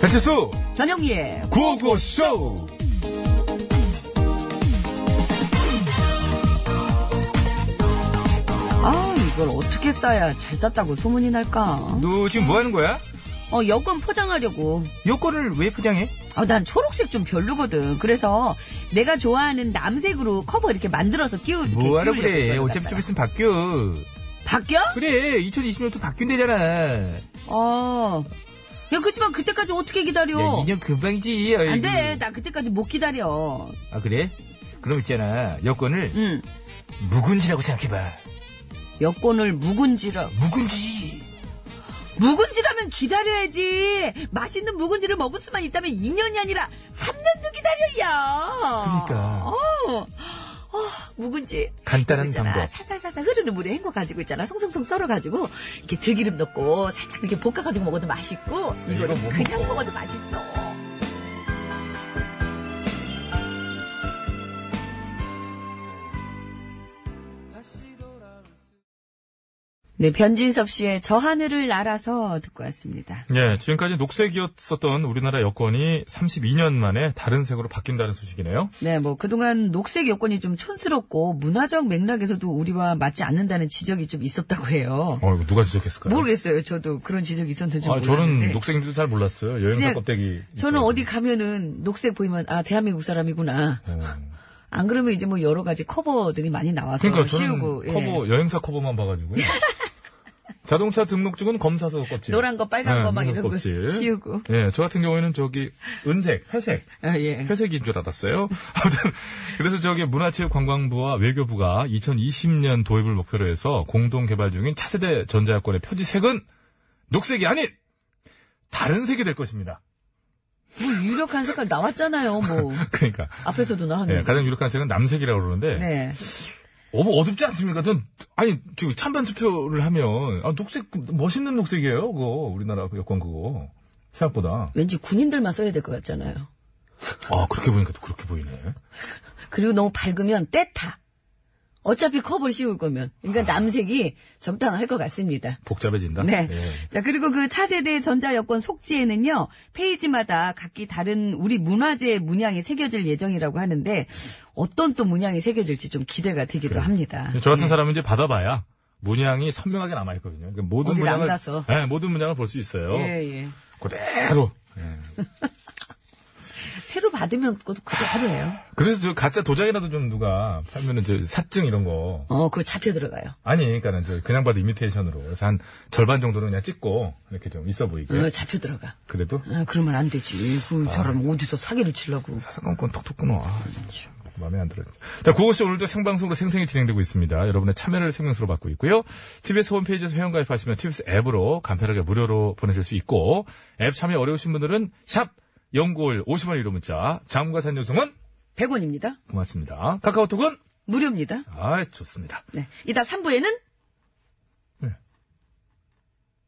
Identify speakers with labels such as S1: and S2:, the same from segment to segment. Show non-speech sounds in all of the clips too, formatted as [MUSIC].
S1: 배치수
S2: 전영희의
S1: 구호구쇼
S2: 아 이걸 어떻게 싸야 잘 쌌다고 소문이 날까?
S1: 너 지금 뭐 하는 거야?
S2: 어 여권 포장하려고.
S1: 요거를 왜 포장해?
S2: 아, 난 초록색 좀 별로거든. 그래서 내가 좋아하는 남색으로 커버 이렇게 만들어서 끼울 이렇게
S1: 뭐하러
S2: 끼우려고
S1: 그래
S2: 그러는 것
S1: 어차피
S2: 같더라.
S1: 좀 있으면 바뀌어
S2: 바뀌어?
S1: 그래 2020년도 바뀐대잖아
S2: 어. 야 그렇지만 그때까지 어떻게 기다려?
S1: 야, 2년 금방이지 아이고.
S2: 안돼, 나 그때까지 못 기다려.
S1: 아 그래? 그럼 있잖아 여권을
S2: 응.
S1: 묵은지라고 생각해봐
S2: 여권을 묵은지라.
S1: 묵은지
S2: 묵은지라면 기다려야지. 맛있는 묵은지를 먹을 수만 있다면 2년이 아니라 3년도 기다려야.
S1: 그러니까.
S2: 어. 어, 묵은지.
S1: 간단한
S2: 그거 있잖아.
S1: 방법.
S2: 살살살살 흐르는 물에 헹궈 가지고 있잖아. 송송송 썰어 가지고 이렇게 들기름 넣고 살짝 이렇게 볶아 가지고 먹어도 맛있고 이거를
S1: 이거 못
S2: 그냥
S1: 먹어.
S2: 먹어도 맛있어. 네, 변진섭 씨의 저 하늘을 날아서 듣고 왔습니다.
S3: 예, 지금까지 녹색이었었던 우리나라 여권이 32년 만에 다른 색으로 바뀐다는 소식이네요.
S2: 네, 뭐 그동안 녹색 여건이 좀 촌스럽고 문화적 맥락에서도 우리와 맞지 않는다는 지적이 좀 있었다고 해요.
S3: 어, 이거 누가 지적했을까요?
S2: 모르겠어요. 저도 그런 지적이 있었는데 좀
S3: 아,
S2: 몰랐는데.
S3: 저는 녹색인지도 잘 몰랐어요. 여행사
S2: 그냥
S3: 껍데기.
S2: 저는
S3: 있어요.
S2: 어디 가면은 녹색 보이면 아 대한민국 사람이구나.
S3: 예.
S2: 안 그러면 이제 뭐 여러 가지 커버들이 많이 나와서
S3: 그러니까 저는
S2: 씌우고 예.
S3: 커버 여행사 커버만 봐가지고요.
S2: [LAUGHS]
S3: 자동차 등록증은 검사서 껍질.
S2: 노란 거 빨간
S3: 예,
S2: 거 막
S3: 노란
S2: 이런 거
S3: 껍질.
S2: 씌우고
S3: 예, 저 같은 경우에는 저기 은색, 회색,
S2: 아, 예.
S3: 회색인 줄 알았어요. [LAUGHS] 아무튼 그래서 저기 문화체육관광부와 외교부가 2020년 도입을 목표로 해서 공동 개발 중인 차세대 전자여권의 표지색은 녹색이 아닌 다른 색이 될 것입니다. [LAUGHS]
S2: 뭐 유력한 색깔 나왔잖아요. 뭐
S3: 그러니까
S2: 앞에서도
S3: 예,
S2: 나왔는데.
S3: 가장 유력한 색은 남색이라고 그러는데
S2: 아, 네.
S3: 어머 어둡지 않습니까? 전 아니 지금 찬반 투표를 하면 아, 녹색 그 멋있는 녹색이에요. 그거 우리나라 그 여권 그거 생각보다
S2: 왠지 군인들만 써야 될 것 같잖아요.
S3: 아 그렇게 보니까 또 그렇게 보이네.
S2: 그리고 너무 밝으면 떼타. 어차피 컵을 씌울 거면. 그러니까
S3: 아.
S2: 남색이 적당할 것 같습니다.
S3: 복잡해진다.
S2: 네.
S3: 예.
S2: 자, 그리고 그 차세대 전자여권 속지에는요, 페이지마다 각기 다른 우리 문화재의 문양이 새겨질 예정이라고 하는데, 어떤 또 문양이 새겨질지 좀 기대가 되기도 합니다.
S3: 저 같은 사람은 이제 받아봐야 문양이 선명하게 남아있거든요. 그러니까 모든
S2: 어디를 안
S3: 문양을
S2: 가서.
S3: 예, 모든 문양을 볼 수 있어요.
S2: 예, 예.
S3: 그대로.
S2: 새로 받으면 그것도 그대로예요.
S3: 그래서 저 가짜 도장이라도 좀 누가 팔면은 저 사증 이런 거
S2: 어, 그거 잡혀 들어가요.
S3: 아니, 그러니까는 저 그냥 봐도 이미테이션으로 그래서 한 절반 정도는 그냥 찍고 이렇게 좀 있어 보이게.
S2: 어, 잡혀 들어가.
S3: 그래도
S2: 어, 그러면 안 되지. 그 사람 어디서 사기를 치려고.
S3: 사사건건 톡톡 끊어. 아, 진짜 마음에 안 들어. 자, 그것이 오늘도 생방송으로 생생히 진행되고 있습니다. 여러분의 참여를 생명수로 받고 있고요. TBS 홈페이지에서 회원 가입하시면 TBS 앱으로 간편하게 무료로 보내실 수 있고 앱 참여 어려우신 분들은 샵 연골 50원 유료 문자 장과 산 요청은
S2: 100원입니다.
S3: 고맙습니다. 카카오톡은
S2: 무료입니다.
S3: 아 좋습니다.
S2: 네. 이따 3부에는?
S3: 네.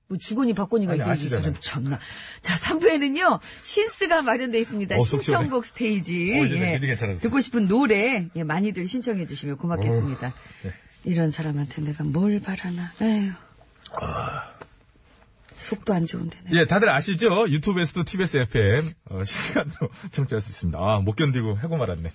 S2: 뭐 주거니 받거니가
S3: 아니,
S2: 있어요. 이
S3: 아시잖아요.
S2: 사람 참나. 자, 3부에는요. 신스가 마련돼 있습니다.
S3: 어, 속 시원해.
S2: 신청곡 스테이지. 예.
S3: 어, 이제 이제 괜찮아졌어.
S2: 듣고 싶은 노래 예, 많이들 신청해 주시면
S3: 어,
S2: 고맙겠습니다.
S3: 네.
S2: 이런 사람한테 내가 뭘 바라나. 에휴.
S3: 아.
S2: 속도 안 좋은데. 내가.
S3: 예, 다들 아시죠? 유튜브에서도 TBS [LAUGHS] FM 어, 실시간으로 청취할 수 있습니다. 아, 못 견디고 하고 말았네.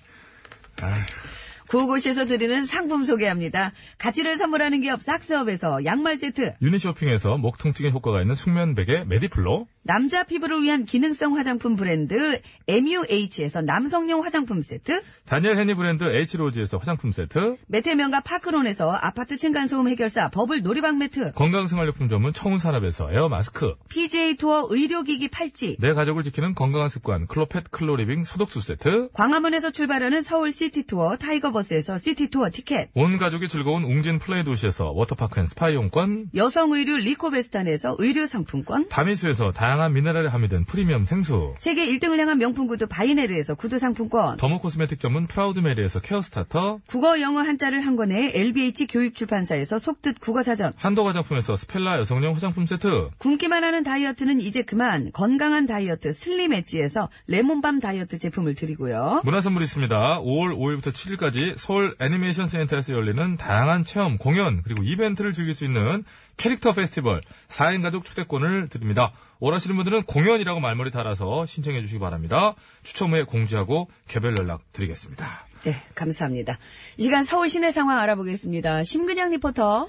S2: 구호고시에서 드리는 상품 소개합니다. 가치를 선물하는 기업 싹스업에서 양말 세트,
S3: 유니쇼핑에서 목 통증에 효과가 있는 숙면 베개 메디플로,
S2: 남자 피부를 위한 기능성 화장품 브랜드 MUH에서 남성용 화장품 세트,
S3: 다니엘 헤니 브랜드 H로지에서 화장품 세트,
S2: 매태면과 파크론에서 아파트 층간소음 해결사 버블 놀이방 매트,
S3: 건강생활용품 전문 청운산업에서 에어 마스크,
S2: PJ 투어 의료기기 팔찌,
S3: 내 가족을 지키는 건강한 습관 클로펫 클로리빙 소독수 세트,
S2: 광화문에서 출발하는 서울 시티 투어 타이거버스에서 시티 투어 티켓,
S3: 온 가족이 즐거운 웅진 플레이 도시에서 워터파크 앤 스파 이용권,
S2: 여성 의류 리코베스탄에서 의류 상품권,
S3: 다미수에서 다양한 미네랄이 함유된 프리미엄 생수,
S2: 세계 1등을 향한 명품 구두 바이네르에서 구두 상품권,
S3: 더모 코스메틱 전문 프라우드메리에서 케어 스타터,
S2: 국어 영어 한자를 한 권에 LBH 교육 출판사에서 속뜻 국어 사전.
S3: 한도 화장품에서 스펠라 여성용 화장품 세트,
S2: 굶기만 하는 다이어트는 이제 그만 건강한 다이어트 슬림 엣지에서 레몬밤 다이어트 제품을 드리고요.
S3: 문화 선물이 있습니다. 5월 5일부터 7일까지 서울 애니메이션 센터에서 열리는 다양한 체험, 공연, 그리고 이벤트를 즐길 수 있는 캐릭터 페스티벌 4인 가족 초대권을 드립니다. 원하시는 분들은 공연이라고 말머리 달아서 신청해 주시기 바랍니다. 추첨 후에 공지하고 개별 연락 드리겠습니다.
S2: 네, 감사합니다. 이 시간 서울 시내 상황 알아보겠습니다. 심근양 리포터.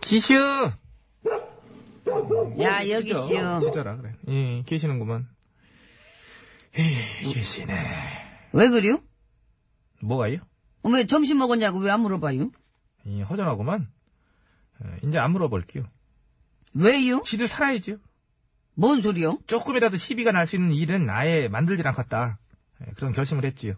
S3: 기슈!
S2: 야, 여기 씨요.
S3: 진짜라 어, 그래. 예, 계시는구만. 계시네.
S2: 왜 그래요?
S3: 뭐가요?
S2: 왜 점심 먹었냐고 왜 안 물어봐요?
S3: 이 허전하구만. 어, 이제 안 물어볼게요.
S2: 왜요?
S3: 지들 살아야지요.
S2: 뭔 소리요?
S3: 조금이라도 시비가 날 수 있는 일은 아예 만들질 않겠다. 예, 그런 결심을 했지요.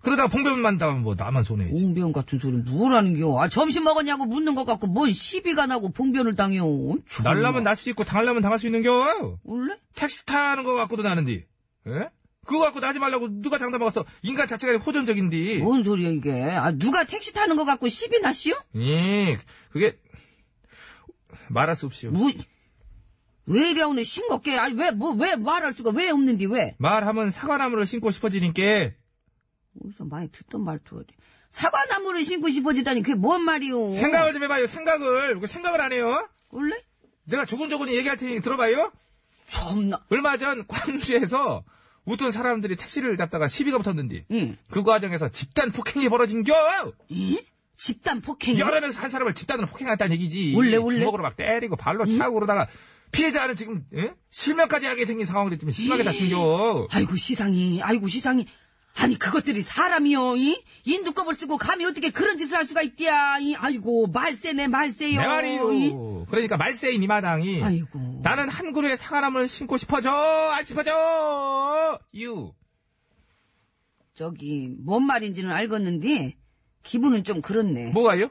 S3: 그러다가 봉변만 당하면 뭐 나만 손해지.
S2: 봉변 같은 소리 뭐라는 겨? 아, 점심 먹었냐고 묻는 것 같고 뭔 시비가 나고 봉변을 당해요. 정말.
S3: 날라면 날 수 있고 당하려면 당할 수 있는 겨.
S2: 원래?
S3: 택시 타는 거 갖고도 나는디. 예? 그거 갖고 나지 말라고 누가 장담하겠어. 인간 자체가 호전적인디.
S2: 뭔 소리야 이게? 아, 누가 택시 타는 것 같고 시비 나시오?
S3: 예, 그게 말할 수 없이요.
S2: 뭐? 왜 이래 오늘 싱겁게? 아니 왜 뭐 왜 말할 수가 왜 없는디 왜?
S3: 말하면 사과나무를 신고 싶어지니까
S2: 어디서 많이 듣던 말투 어디? 사과나무를 신고 싶어지다니 그게 뭔 말이오?
S3: 생각을 좀 해봐요. 생각을. 왜 생각을 안 해요?
S2: 원래?
S3: 내가 조곤조곤히 얘기할 테니 들어봐요.
S2: 참나.
S3: 얼마 전 광주에서 웃던 사람들이 택시를 잡다가 시비가 붙었는데
S2: 응.
S3: 그 과정에서 집단 폭행이 벌어진 겨.
S2: 이? 집단 폭행이.
S3: 여러 명에서 한 사람을 집단으로 폭행했다는 얘기지.
S2: 원래, 음? 원래?
S3: 주먹으로 막 때리고 발로 차고 그러다가 피해자는 지금 예? 실명까지 하게 생긴 상황이 좀 심하게 다친 겨.
S2: 아이고 시상이, 아이고 시상이. 아니 그것들이 사람이요, 이? 인두껍을 쓰고 감히 어떻게 그런 짓을 할 수가 있디야? 이? 아이고 말세네 말세요.
S3: 내
S2: 이?
S3: 말이요. 그러니까 말세인 이 마당이
S2: 아이고.
S3: 나는 한 그루의 상아나무를 신고 싶어져 안 싶어져 유.
S2: 저기 뭔 말인지는 알겠는데 기분은 좀 그렇네.
S3: 뭐가요?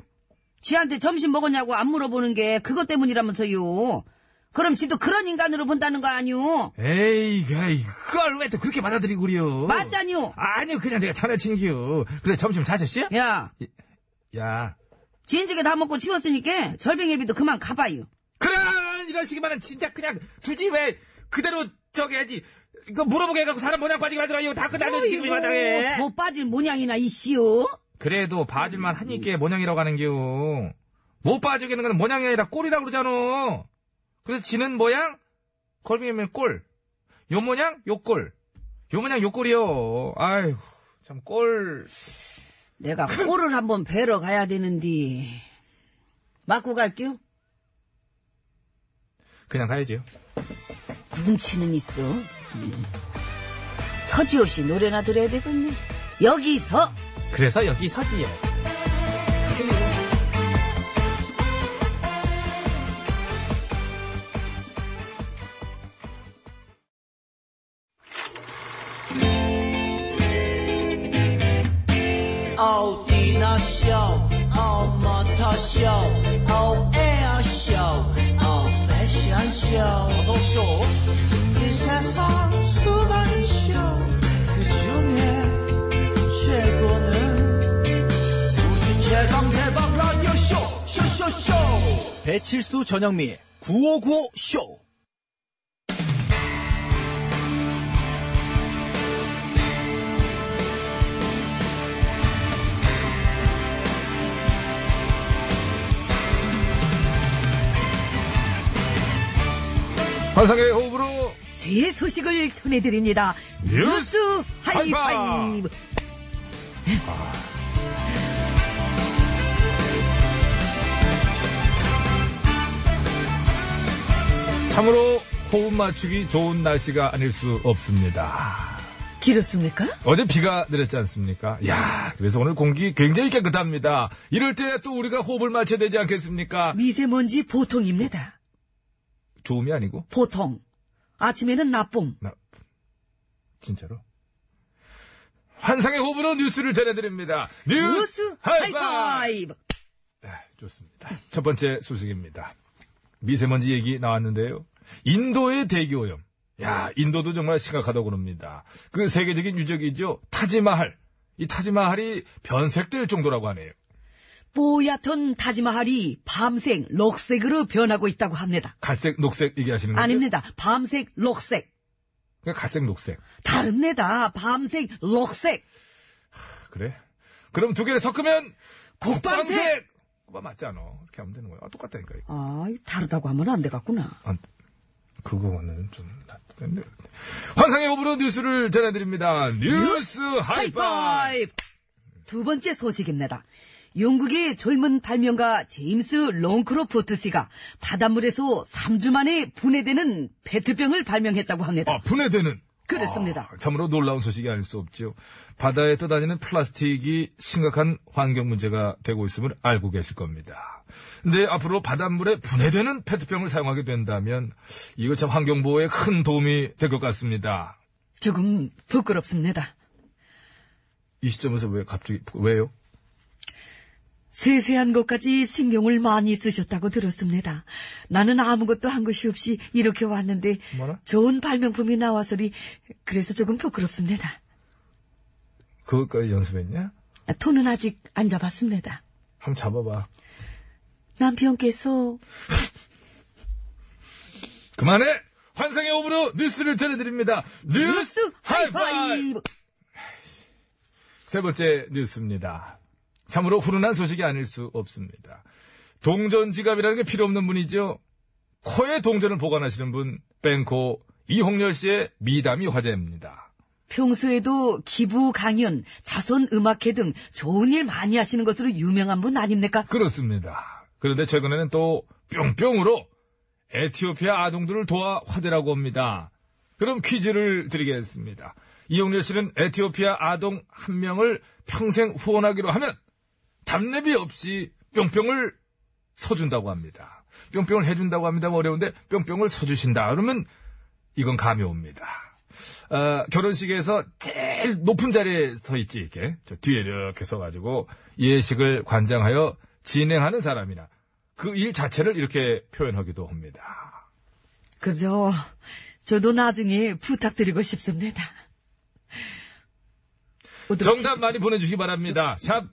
S2: 지한테 점심 먹었냐고 안 물어보는 게 그것 때문이라면서요. 그럼 지도 그런 인간으로 본다는 거
S3: 어.
S2: 아니오?
S3: 에이, 에이, 그걸 왜 또 그렇게 받아들이고 그래요?
S2: 맞잖요.
S3: 아니요, 그냥 내가 장난친겨. 그래, 점심 자셨지?
S2: 야,
S3: 야.
S2: 진지게 다 먹고 치웠으니까 절빙예비도 그만 가봐요.
S3: 그런, 이런 식이면은 진짜 그냥 두지 왜 그대로 저기 해야지. 이거 물어보게 해갖고 사람 모양 빠지게 만들어. 이거 다 끝나는 지금 이 마당에.
S2: 더 빠질 모양이나 이씨요.
S3: 그래도 봐줄만 하니까 모양이라고 하는겨. 못 봐주겠는 건 모양이 아니라 꼴이라고 그러잖아. 그래서 지는 모양, 걸빙이면 꼴. 요 모양, 요 꼴. 요 모양, 요 꼴이요. 아휴, 참 꼴.
S2: 내가 꼴을 한번 뵈러 가야 되는데 맞고 갈게요.
S3: 그냥 가야지요.
S2: 눈치는 있어. 서지호 씨 노래나 들어야 되겠네. 여기서
S3: 그래서 여기 서지요.
S4: 奥迪那秀，奥摩托秀，奥 L 秀，奥 패션 쇼。어서 쇼。이세상수많은쇼그중에최고는우주최강대박라디오쇼쇼쇼 쇼. 배칠수 전영미 9595 쇼.
S3: 환상의 호흡으로
S2: 새 소식을 전해드립니다.
S3: 뉴스
S2: 뉴스
S3: 하이파이브.
S2: 하이파이브.
S3: 참으로 호흡 맞추기 좋은 날씨가 아닐 수 없습니다.
S2: 길었습니까?
S3: 어제 비가 내렸지 않습니까? 야 그래서 오늘 공기 굉장히 깨끗합니다. 이럴 때 또 우리가 호흡을 맞춰야 되지 않겠습니까?
S2: 아. 미세먼지 보통입니다.
S3: 좋음이 아니고
S2: 보통. 아침에는 나쁨.
S3: 나 진짜로 환상의 호흡으로 뉴스를 전해드립니다. 뉴스,
S2: 뉴스
S3: 하이파이브!
S2: 하이파이브.
S3: 네, 좋습니다. 첫 번째 소식입니다. 미세먼지 얘기 나왔는데요. 인도의 대기오염. 야, 인도도 정말 심각하다고 그럽니다. 그 세계적인 유적이죠. 타지마할. 이 타지마할이 변색될 정도라고 하네요.
S2: 뽀얗던 타지마할이 밤색 록색으로 변하고 있다고 합니다.
S3: 갈색, 녹색 얘기하시는 거죠?
S2: 아닙니다. 밤색 록색.
S3: 그냥 갈색, 녹색.
S2: 다릅니다. 밤색 록색.
S3: 그래? 그럼 두 개를 섞으면
S2: 국방색.
S3: 그거 맞잖아. 이렇게 하면 되는 거야. 아, 똑같다니까. 이거.
S2: 아, 다르다고 하면 안 되겠구나.
S3: 아, 그거는 좀 낫던데. 환상의 호불호 뉴스를 전해드립니다. 뉴스 하이파이!
S2: 하이파이브! 두 번째 소식입니다. 영국의 젊은 발명가 제임스 롱크로포트 씨가 바닷물에서 3주 만에 분해되는 페트병을 발명했다고 합니다.
S3: 아, 분해되는.
S2: 그렇습니다.
S3: 아, 참으로 놀라운 소식이 아닐 수 없지요. 바다에 떠다니는 플라스틱이 심각한 환경 문제가 되고 있음을 알고 계실 겁니다. 근데 앞으로 바닷물에 분해되는 페트병을 사용하게 된다면 이거 참 환경 보호에 큰 도움이 될 것 같습니다.
S2: 조금 부끄럽습니다.
S3: 이 시점에서 왜 갑자기 왜요?
S2: 세세한 것까지 신경을 많이 쓰셨다고 들었습니다. 나는 아무것도 한 것이 없이 이렇게 왔는데
S3: 뭐라?
S2: 좋은 발명품이 나와서리 그래서 조금 부끄럽습니다.
S3: 그것까지 연습했냐?
S2: 아, 톤은 아직 안 잡았습니다.
S3: 한번 잡아봐.
S2: 남편께서
S3: 그만해. 환상의 오브로 뉴스를 전해드립니다. 뉴스 하이파이.
S2: 하이파이브!
S3: 세 번째 뉴스입니다. 참으로 훈훈한 소식이 아닐 수 없습니다. 동전 지갑이라는 게 필요 없는 분이죠. 코에 동전을 보관하시는 분, 뱅코 이홍렬 씨의 미담이 화제입니다.
S2: 평소에도 기부 강연, 자선 음악회 등 좋은 일 많이 하시는 것으로 유명한 분 아닙니까?
S3: 그렇습니다. 그런데 최근에는 또 뿅뿅으로 에티오피아 아동들을 도와 화제라고 합니다. 그럼 퀴즈를 드리겠습니다. 이홍렬 씨는 에티오피아 아동 한 명을 평생 후원하기로 하면 답례비 없이 뿅뿅을 서준다고 합니다. 뿅뿅을 해준다고 합니다. 뭐 어려운데 뿅뿅을 서주신다. 그러면 이건 감이 옵니다. 어, 결혼식에서 제일 높은 자리에 서 있지 이렇게 저 뒤에 이렇게 서가지고 예식을 관장하여 진행하는 사람이나 그 일 자체를 이렇게 표현하기도 합니다.
S2: 그죠. 저도 나중에 부탁드리고 싶습니다. 어떻게-
S3: 정답 많이 보내주시기 바랍니다. 샵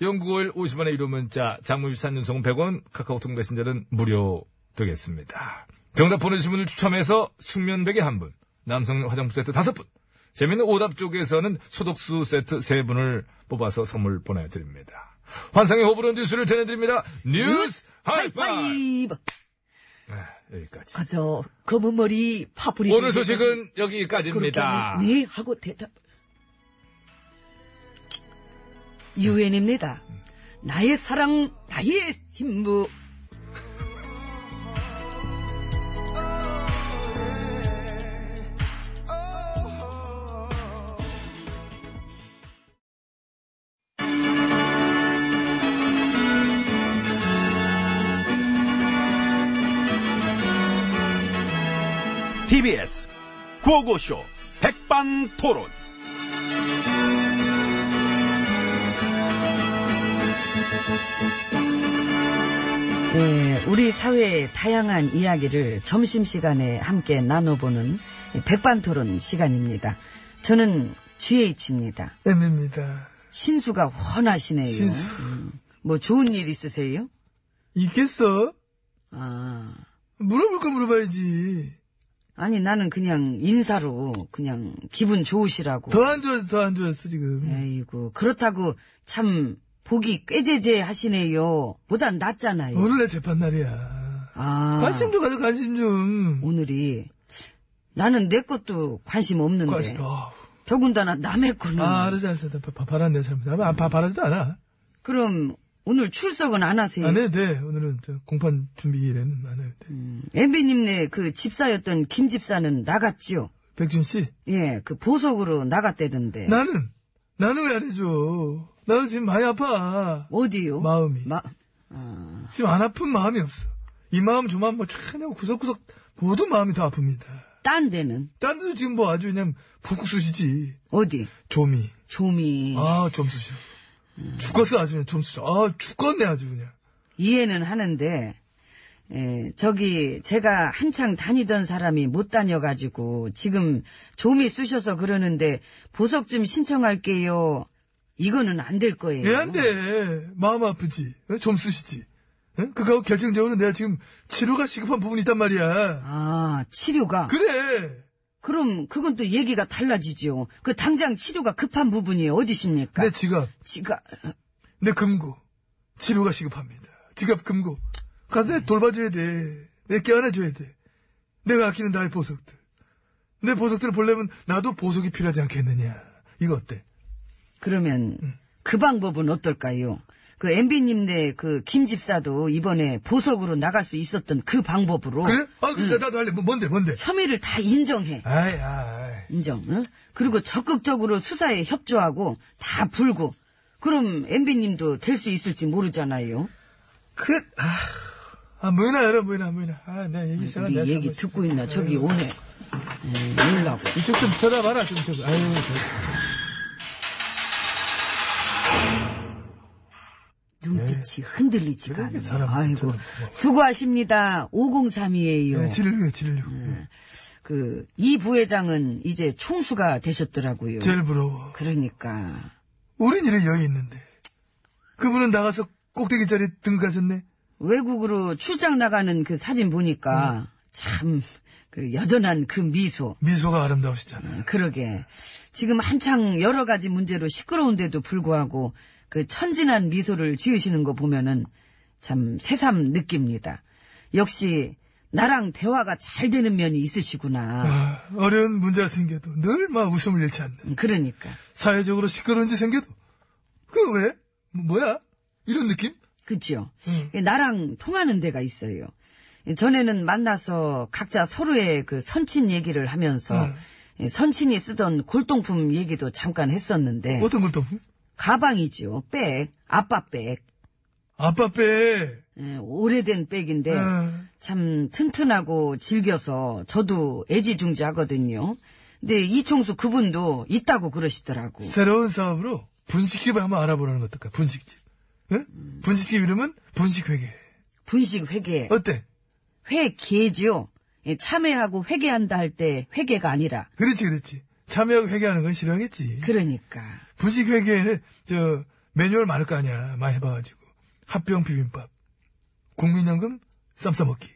S3: 연구월 50원의 유료 문자, 장문 13년송 100원, 카카오톡 메신저는 무료 되겠습니다. 정답 보내주신 분을 추첨해서 숙면베개 한분 남성 화장품 세트 다섯 분 재밌는 오답 쪽에서는 소독수 세트 세분을 뽑아서 선물 보내드립니다. 환상의 호불호 뉴스를 전해드립니다. 뉴스 하이파이!
S2: 하이파이브!
S3: 여기까지.
S2: 그죠. 검은 머리 파뿌리.
S3: 오늘 소식은 여기까지입니다.
S2: 네 하고 대답. 유엔입니다. 나의 사랑, 나의 신부.
S4: Oh,
S5: TBS 구호고쇼 백반토론.
S2: 네, 우리 사회의 다양한 이야기를 점심시간에 함께 나눠보는 백반토론 시간입니다. 저는 GH입니다.
S1: M입니다.
S2: 신수가 훤하시네요.
S1: 신수.
S2: 음, 뭐 좋은 일 있으세요?
S1: 있겠어?
S2: 아,
S1: 물어볼 거 물어봐야지.
S2: 아니 나는 그냥 인사로 그냥 기분 좋으시라고.
S1: 더 안 좋았어, 더 안 좋았어, 지금.
S2: 아이고 그렇다고 참 보기 꾀제제 하시네요. 보단 낫잖아요.
S1: 오늘 내 재판 날이야.
S2: 아.
S1: 관심 좀 가져, 관심 좀.
S2: 네. 오늘이. 나는 내 것도 관심 없는데.
S1: 관심, 어.
S2: 더군다나 남의 거는.
S1: 아, 알았어, 알았어. 나 바, 바, 바란다, 잘못. 아, 바, 바라지도 않아.
S2: 그럼 오늘 출석은 안 하세요?
S1: 안 해도 돼. 오늘은 저 공판 준비일에는 안 해도 돼.
S2: 엠비님네 그 집사였던 김 집사는 나갔지요.
S1: 백준 씨,
S2: 예, 그 보석으로 나갔대던데.
S1: 나는, 나는 왜 안 해줘? 나는 지금 많이 아파.
S2: 어디요?
S1: 마음이.
S2: 마-
S1: 지금 안 아픈 마음이 없어. 이 마음 저만 뭐 촥하냐고 구석구석 모든 마음이 다 아픕니다.
S2: 딴 데는
S1: 딴 데도 지금 뭐 아주 그냥 북극 쑤시지.
S2: 어디?
S1: 조미.
S2: 조미
S1: 아, 좀 쑤셔. 죽었어, 아주 그냥 좀 쑤셔. 아, 죽겠네, 아주 그냥.
S2: 이해는 하는데 예, 저기 제가 한창 다니던 사람이 못 다녀가지고 지금 조미 쑤셔서 그러는데 보석 좀 신청할게요. 이거는 안 될 거예요.
S1: 왜 안 돼? 마음 아프지? 어? 좀 쑤시지? 어? 그거하고 결정적으로 내가 지금 치료가 시급한 부분이 있단 말이야.
S2: 아 치료가
S1: 그래!
S2: 그럼 그건 또 얘기가 달라지죠. 그 당장 치료가 급한 부분이 어디십니까?
S1: 내 네, 지갑,
S2: 지가
S1: 내 금고. 치료가 시급합니다. 지갑 금고. 가서 내 돌봐줘야 돼. 내 껴안아줘야 돼. 내가 아끼는 나의 보석들. 내 보석들을 보려면 나도 보석이 필요하지 않겠느냐. 이거 어때?
S2: 그러면
S1: 음.
S2: 그 방법은 어떨까요? 그 엠비님네 그 김집사도 이번에 보석으로 나갈 수 있었던 그 방법으로
S1: 그래? 아, 나, 나도 할래. 뭐, 뭔데, 뭔데?
S2: 혐의를 다 인정해.
S1: 아이, 아이.
S2: 인정. 응? 그리고 적극적으로 수사에 협조하고 다 불고. 그럼 엠비님도 될 수 있을지 모르잖아요.
S1: 그, 아, 아, 뭐나, 뭐나, 뭐나. 아, 내 얘기 시작한
S2: 우리 네 얘기 듣고 있나? 저기 오네. 음, 놀라고.
S1: 이쪽 좀 쳐다봐라, 좀 쳐다. 아유,
S2: 그렇죠.
S1: 저-
S2: 눈빛이 흔들리지가
S1: 네. 그러게,
S2: 않네.
S1: 사람
S2: 아이고.
S1: 진짜
S2: 수고하십니다. 503이에요.
S1: 네, 지르려고, 지르려고.
S2: 그 이 부회장은 이제 총수가 되셨더라고요.
S1: 제일 부러워.
S2: 그러니까
S1: 우린 이래 여유 있는데. 그분은 나가서 꼭대기 자리에 등극하셨네?
S2: 외국으로 출장 나가는 그 사진 보니까
S1: 네.
S2: 참 그 여전한 그 미소.
S1: 미소가
S2: 예.
S1: 아름다우시잖아.
S2: 그러게 지금 한창 여러 가지 문제로 시끄러운데도 불구하고 그 천진한 미소를 지으시는 거 보면은 참 새삼 느낍니다. 역시 나랑 대화가 잘 되는 면이 있으시구나.
S1: 아, 어려운 문제가 생겨도 늘 막 웃음을 잃지 않는.
S2: 그러니까
S1: 사회적으로 시끄러운 지 생겨도. 그 왜? 뭐, 야 이런 느낌?
S2: 그죠? 나랑 통하는 데가 있어요. 전에는 만나서 각자 서로의 그 선친 얘기를 하면서 예, 선친이 쓰던 골동품 얘기도 잠깐 했었는데
S1: 어떤 걸또
S2: 가방이죠. 백, 아빠 백.
S1: 아빠 빼.
S2: 예, 오래된 백인데
S1: 음.
S2: 참 튼튼하고 질겨서 저도 애지중지하거든요. 근데 이총수 그분도 있다고 그러시더라고.
S1: 새로운 사업으로 분식집을 한번 알아보라는 것 어떨까? 분식집. 응? 분식집 이름은 분식회계.
S2: 분식 회계.
S1: 어때?
S2: 회계지요. 예, 참회하고 회계한다 할 때 회계가 아니라
S1: 그렇지, 그렇지. 참여하고 회계하는 건 싫어하겠지.
S2: 그러니까
S1: 분식 회계에는 저 매뉴얼 많을 거 아니야. 많이 해봐가지고 합병 비빔밥, 국민연금 쌈싸먹기,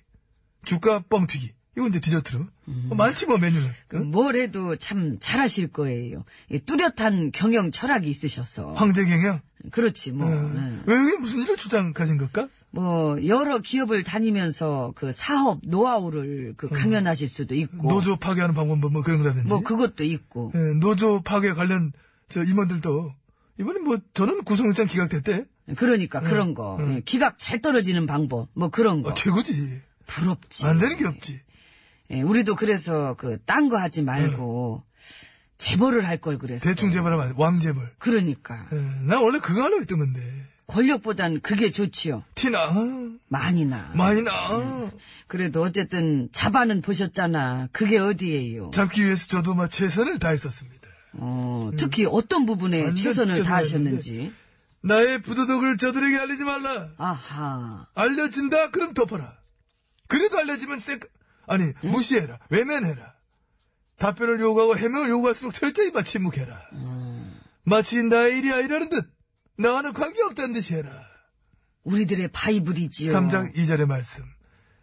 S1: 주가 뻥튀기. 이건 이제 디저트로. 어, 많지 뭐 메뉴는.
S2: 그
S1: 응?
S2: 뭘 해도 참 잘하실 거예요. 예, 뚜렷한 경영 철학이 있으셔서
S1: 황제 경영.
S2: 그렇지 뭐.
S1: 어.
S2: 예.
S1: 왜 이게 무슨 일을 주장 가진 걸까?
S2: 뭐 여러 기업을 다니면서 그 사업 노하우를 그 강연하실 수도 있고
S1: 음. 노조 파괴하는 방법 뭐, 뭐 그런 거라든지.
S2: 뭐 그것도 있고
S1: 예, 노조 파괴 관련 저 임원들도 이번에 뭐 저는 구성영장 기각됐대.
S2: 그러니까 그런 거 예, 기각 잘 떨어지는 방법 뭐 그런 거
S1: 네. 어, 최고지.
S2: 부럽지.
S1: 안 되는 게 없지.
S2: 예, 우리도 그래서 그 딴 거 하지 말고 재벌을 할 걸 그랬어.
S1: 대충 재벌하면 안 돼. 왕재벌.
S2: 그러니까
S1: 예, 나 원래 그거 하려고 했던 건데.
S2: 권력보단 그게 좋지요.
S1: 티나.
S2: 많이 나.
S1: 많이 나.
S2: 그래도 어쨌든 자반은 보셨잖아. 그게 어디예요?
S1: 잡기 위해서 저도 막 최선을 다했었습니다.
S2: 어, 특히 어떤 부분에
S1: 음. 완전
S2: 최선을
S1: 최선을
S2: 다하셨는지.
S1: 나의 부도덕을 저들에게 알리지 말라.
S2: 아하.
S1: 알려진다? 그럼 덮어라. 그래도 알려지면 쎄, 아니, 무시해라. 외면해라. 답변을 요구하고 해명을 요구할수록 철저히 마치 묵해라. 마치 나의 일이 아니라는 듯, 나와는 관계없다는 듯이 해라.
S2: 우리들의 바이블이지요.
S1: 3장 2절의 말씀.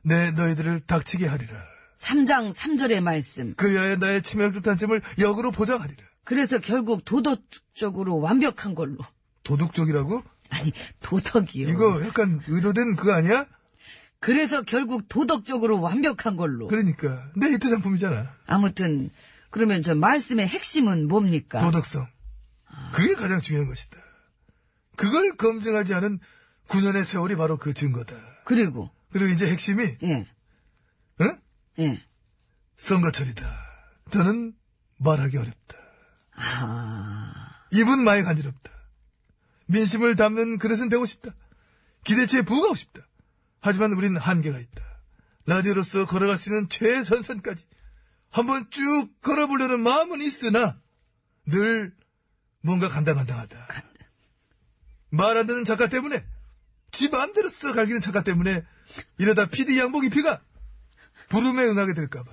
S1: 내 너희들을 닥치게 하리라.
S2: 3장 3절의 말씀.
S1: 그리하여 나의 치명적 단점을 역으로 보장하리라.
S2: 그래서 결국 도덕적으로 완벽한 걸로. [LAUGHS]
S1: 도덕적이라고?
S2: 아니, 도덕이요.
S1: 이거 약간 의도된 그거 아니야?
S2: 그래서 결국 도덕적으로 완벽한 걸로.
S1: 그러니까 내 히트 상품이잖아.
S2: 아무튼 그러면 저 말씀의 핵심은 뭡니까?
S1: 도덕성. 그게 가장 중요한 것이다. 그걸 검증하지 않은 9년의 세월이 바로 그 증거다.
S2: 그리고
S1: 그리고 이제 핵심이
S2: 예,
S1: 응?
S2: 예.
S1: 선거철이다. 더는 말하기 어렵다.
S2: 아,
S1: 입은 많이 간지럽다. 민심을 담는 그릇은 되고 싶다. 기대치에 부응하고 싶다. 하지만 우린 한계가 있다. 라디오로서 걸어갈 수 있는 최선선까지 한번 쭉 걸어보려는 마음은 있으나 늘 뭔가 간당간당하다. 말 안 듣는 작가 때문에 지 마음대로 써 갈기는 작가 때문에 이러다 PD 양복 입히가 부름에 응하게 될까봐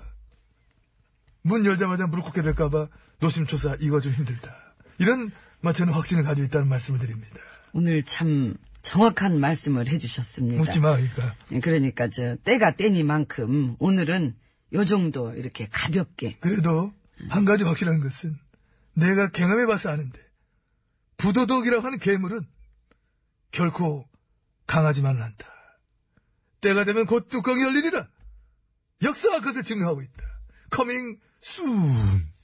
S1: 문 열자마자 무릎 꿇게 될까봐 노심초사 이거 좀 힘들다. 이런 마 저는 확신을 가지고 있다는 말씀을 드립니다.
S2: 오늘 참 정확한 말씀을 해주셨습니다.
S1: 묻지 마, 그러니까.
S2: 그러니까 저 때가 때니만큼 오늘은 요 정도 이렇게 가볍게
S1: 그래도 한 가지 확실한 것은 내가 경험해봐서 아는데 부도덕이라고 하는 괴물은 결코 강하지만은 않다. 때가 되면 곧 뚜껑이 열리리라. 역사가 그것을 증명하고 있다. 커밍 순.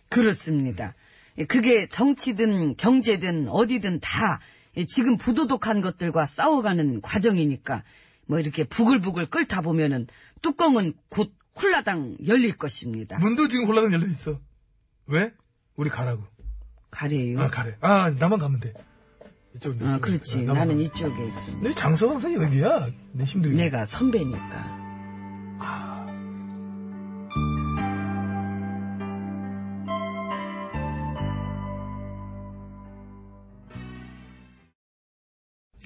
S2: 그렇습니다. 예, 그게 정치든 경제든 어디든 다 예, 지금 부도덕한 것들과 싸워가는 과정이니까 뭐 이렇게 부글부글 끓다 보면은 뚜껑은 곧 홀라당 열릴 것입니다.
S1: 문도 지금 홀라당 열려 있어. 왜? 우리 가라고.
S2: 가래요.
S1: 아 가래. 아 나만 가면 돼. 이쪽으로.
S2: 아,
S1: 이쪽으로.
S2: 그렇지.
S1: 아, 나만 음.
S2: 나는
S1: 가면
S2: 이쪽에 있어.
S1: 내 장소가 항상 여기야. 내 힘들게.
S2: 내가 선배니까.
S1: 아.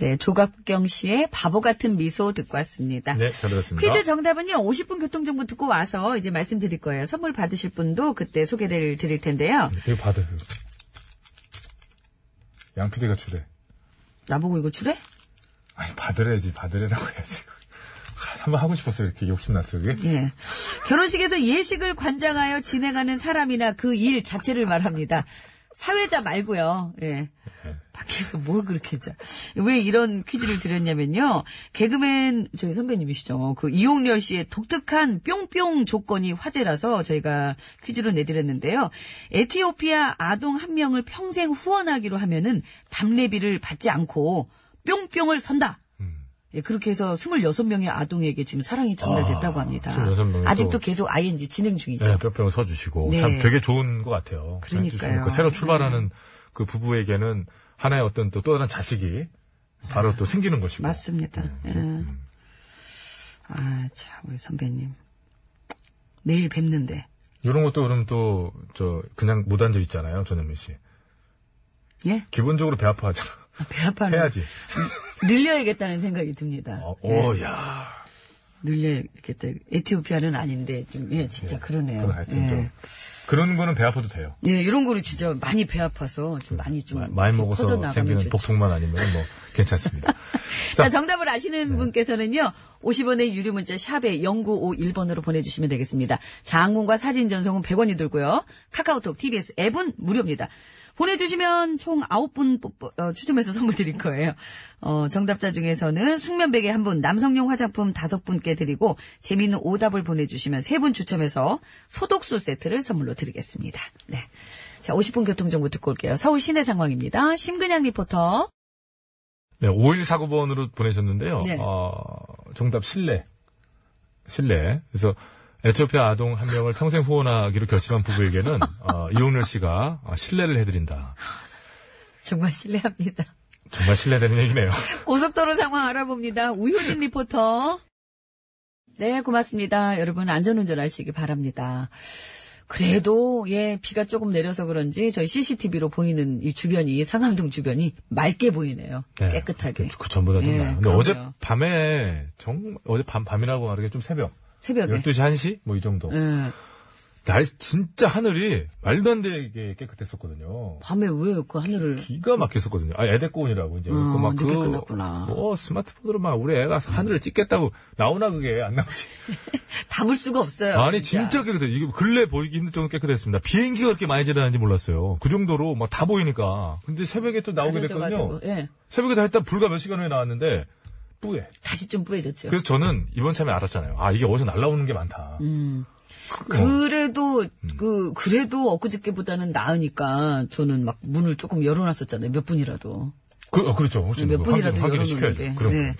S2: 네, 조갑경 씨의 바보 같은 미소 듣고 왔습니다.
S3: 네, 잘 들었습니다.
S2: 퀴즈 정답은요, 50분 교통정보 듣고 와서 이제 말씀드릴 거예요. 선물 받으실 분도 그때 소개를 드릴 텐데요.
S3: 이거 네, 받아. 이거. 양 PD가 주래.
S2: 나보고 이거 주래?
S3: 아니, 받으래지, 받으래라고 해야지. [LAUGHS] 한번 하고 싶었어요. 이렇게 욕심났어요. 그게.
S2: 예. 결혼식에서 예식을 관장하여 진행하는 사람이나 그 일 자체를 말합니다. 사회자 말고요. 예. 밖에서 뭘 그렇게 자. 왜 이런 퀴즈를 드렸냐면요. 개그맨 저희 선배님이시죠. 그 이용렬 씨의 독특한 뿅뿅 조건이 화제라서 저희가 퀴즈로 내드렸는데요. 에티오피아 아동 한 명을 평생 후원하기로 하면은 담례비를 받지 않고 뿅뿅을 선다. 예, 그렇게 해서 26명의 아동에게 지금 사랑이 전달됐다고 합니다.
S3: 아, 26명이 또-
S2: 아직도 계속 ING 진행 중이죠.
S3: 네, 뼈뼈 서주시고.
S2: 네.
S3: 참 되게 좋은 것 같아요.
S2: 그러니까요.
S3: 그러니까 새로 출발하는 그 부부에게는 하나의 어떤 또, 또 다른 자식이 바로 또 생기는 것이고.
S2: 맞습니다.
S3: 네,
S2: 예. 아, 참, 우리 선배님. 내일 뵙는데.
S3: 이런 것도 그럼 또, 저, 그냥 못 앉아 있잖아요. 전현민 씨.
S2: 예?
S3: 기본적으로 배 아파하잖아.
S2: 배 아파는.
S3: 해야지.
S2: 늘려야겠다는 생각이 듭니다.
S3: 어,
S2: 예,
S3: 오, 야.
S2: 늘려야겠다. 에티오피아는 아닌데, 좀, 예, 진짜 그러네요.
S3: 그럼 하여튼
S2: 예.
S3: 좀. 그런 거는 배 아파도 돼요.
S2: 예, 이런 거는 진짜 많이 배 아파서 좀 많이 좀.
S3: 그 마- 많이
S2: 이렇게
S3: 먹어서
S2: 퍼져나가면
S3: 생기는
S2: 좋죠.
S3: 복통만 아니면 뭐, 괜찮습니다. [LAUGHS]
S2: 자, 정답을 아시는 분께서는요, 50원의 유료 문자 샵에 0951번으로 보내주시면 되겠습니다. 장문과 사진 전송은 100원이 들고요. 카카오톡, TBS 앱은 무료입니다. 보내주시면 총 9분 뽑- 어, 추첨해서 선물 드릴 거예요. 어, 정답자 중에서는 숙면베개 한분 남성용 화장품 5분께 드리고, 재미있는 오답을 보내주시면 3분 추첨해서 소독수 세트를 선물로 드리겠습니다. 네. 자, 50분 교통정보 듣고 올게요. 서울 시내 상황입니다. 심근양 리포터.
S3: 네, 5149번으로 보내셨는데요.
S2: 네.
S3: 어, 정답 신뢰. 신뢰. 그래서 에티오피아 아동 한 명을 평생 후원하기로 결심한 부부에게는 어, 이용렬 씨가 아, 신뢰를 해드린다.
S2: 정말 실례합니다.
S3: 정말 신뢰되는 얘기네요.
S2: 고속도로 상황 알아봅니다. 우효진 리포터. 네, 고맙습니다. 여러분 안전운전 하시기 바랍니다. 그래도 예 비가 조금 내려서 그런지 저희 CCTV로 보이는 이 주변이 상암동 주변이 맑게 보이네요.
S3: 네.
S2: 깨끗하게
S3: 그 전보다 좀
S2: 예,
S3: 나아요. 근데
S2: 그럼요.
S3: 어제 밤에 정 어제 밤 밤이라고 말하기 좀 새벽
S2: 새벽에.
S3: 12시 1시 뭐 이 정도.
S2: 예,
S3: 날 진짜 하늘이 말도 안 되게 깨끗했었거든요.
S2: 밤에 왜 그 하늘을
S3: 기가 막혔었거든요. 아, 애대고온이라고 이제.
S2: 어,
S3: 그거 막
S2: 늦게
S3: 그,
S2: 끝났구나.
S3: 뭐, 스마트폰으로 막 우리 애가 하늘을 찍겠다고 나오나 그게 안
S2: [LAUGHS]
S3: 나오지.
S2: 담을 수가 없어요.
S3: 아니, 진짜 깨끗해. 이게 근래 보이기 힘들 정도로 깨끗했습니다. 비행기가 그렇게 많이 지나는지 몰랐어요. 그 정도로 막 다 보이니까. 근데 새벽에 또 나오게 됐거든요.
S2: 가려져가지고, 예.
S3: 새벽에 다 했다 불과 몇 시간 후에 나왔는데, 뿌예.
S2: 다시 좀 뿌얘졌죠.
S3: 그래서 어. 저는 이번 참에 알았잖아요. 아, 이게 어디서 날라오는 게 많다.
S2: 음.
S3: 어.
S2: 그래도
S3: 음.
S2: 그 그래도 엊그저께보다는 나으니까 저는 막 문을 조금 열어놨었잖아요. 몇 분이라도.
S3: 그, 어, 그렇죠. 훨씬
S2: 몇
S3: 더
S2: 분이라도
S3: 확인, 확인을
S2: 열어놓는데.
S3: 시켜야죠. 그럼.
S2: 네.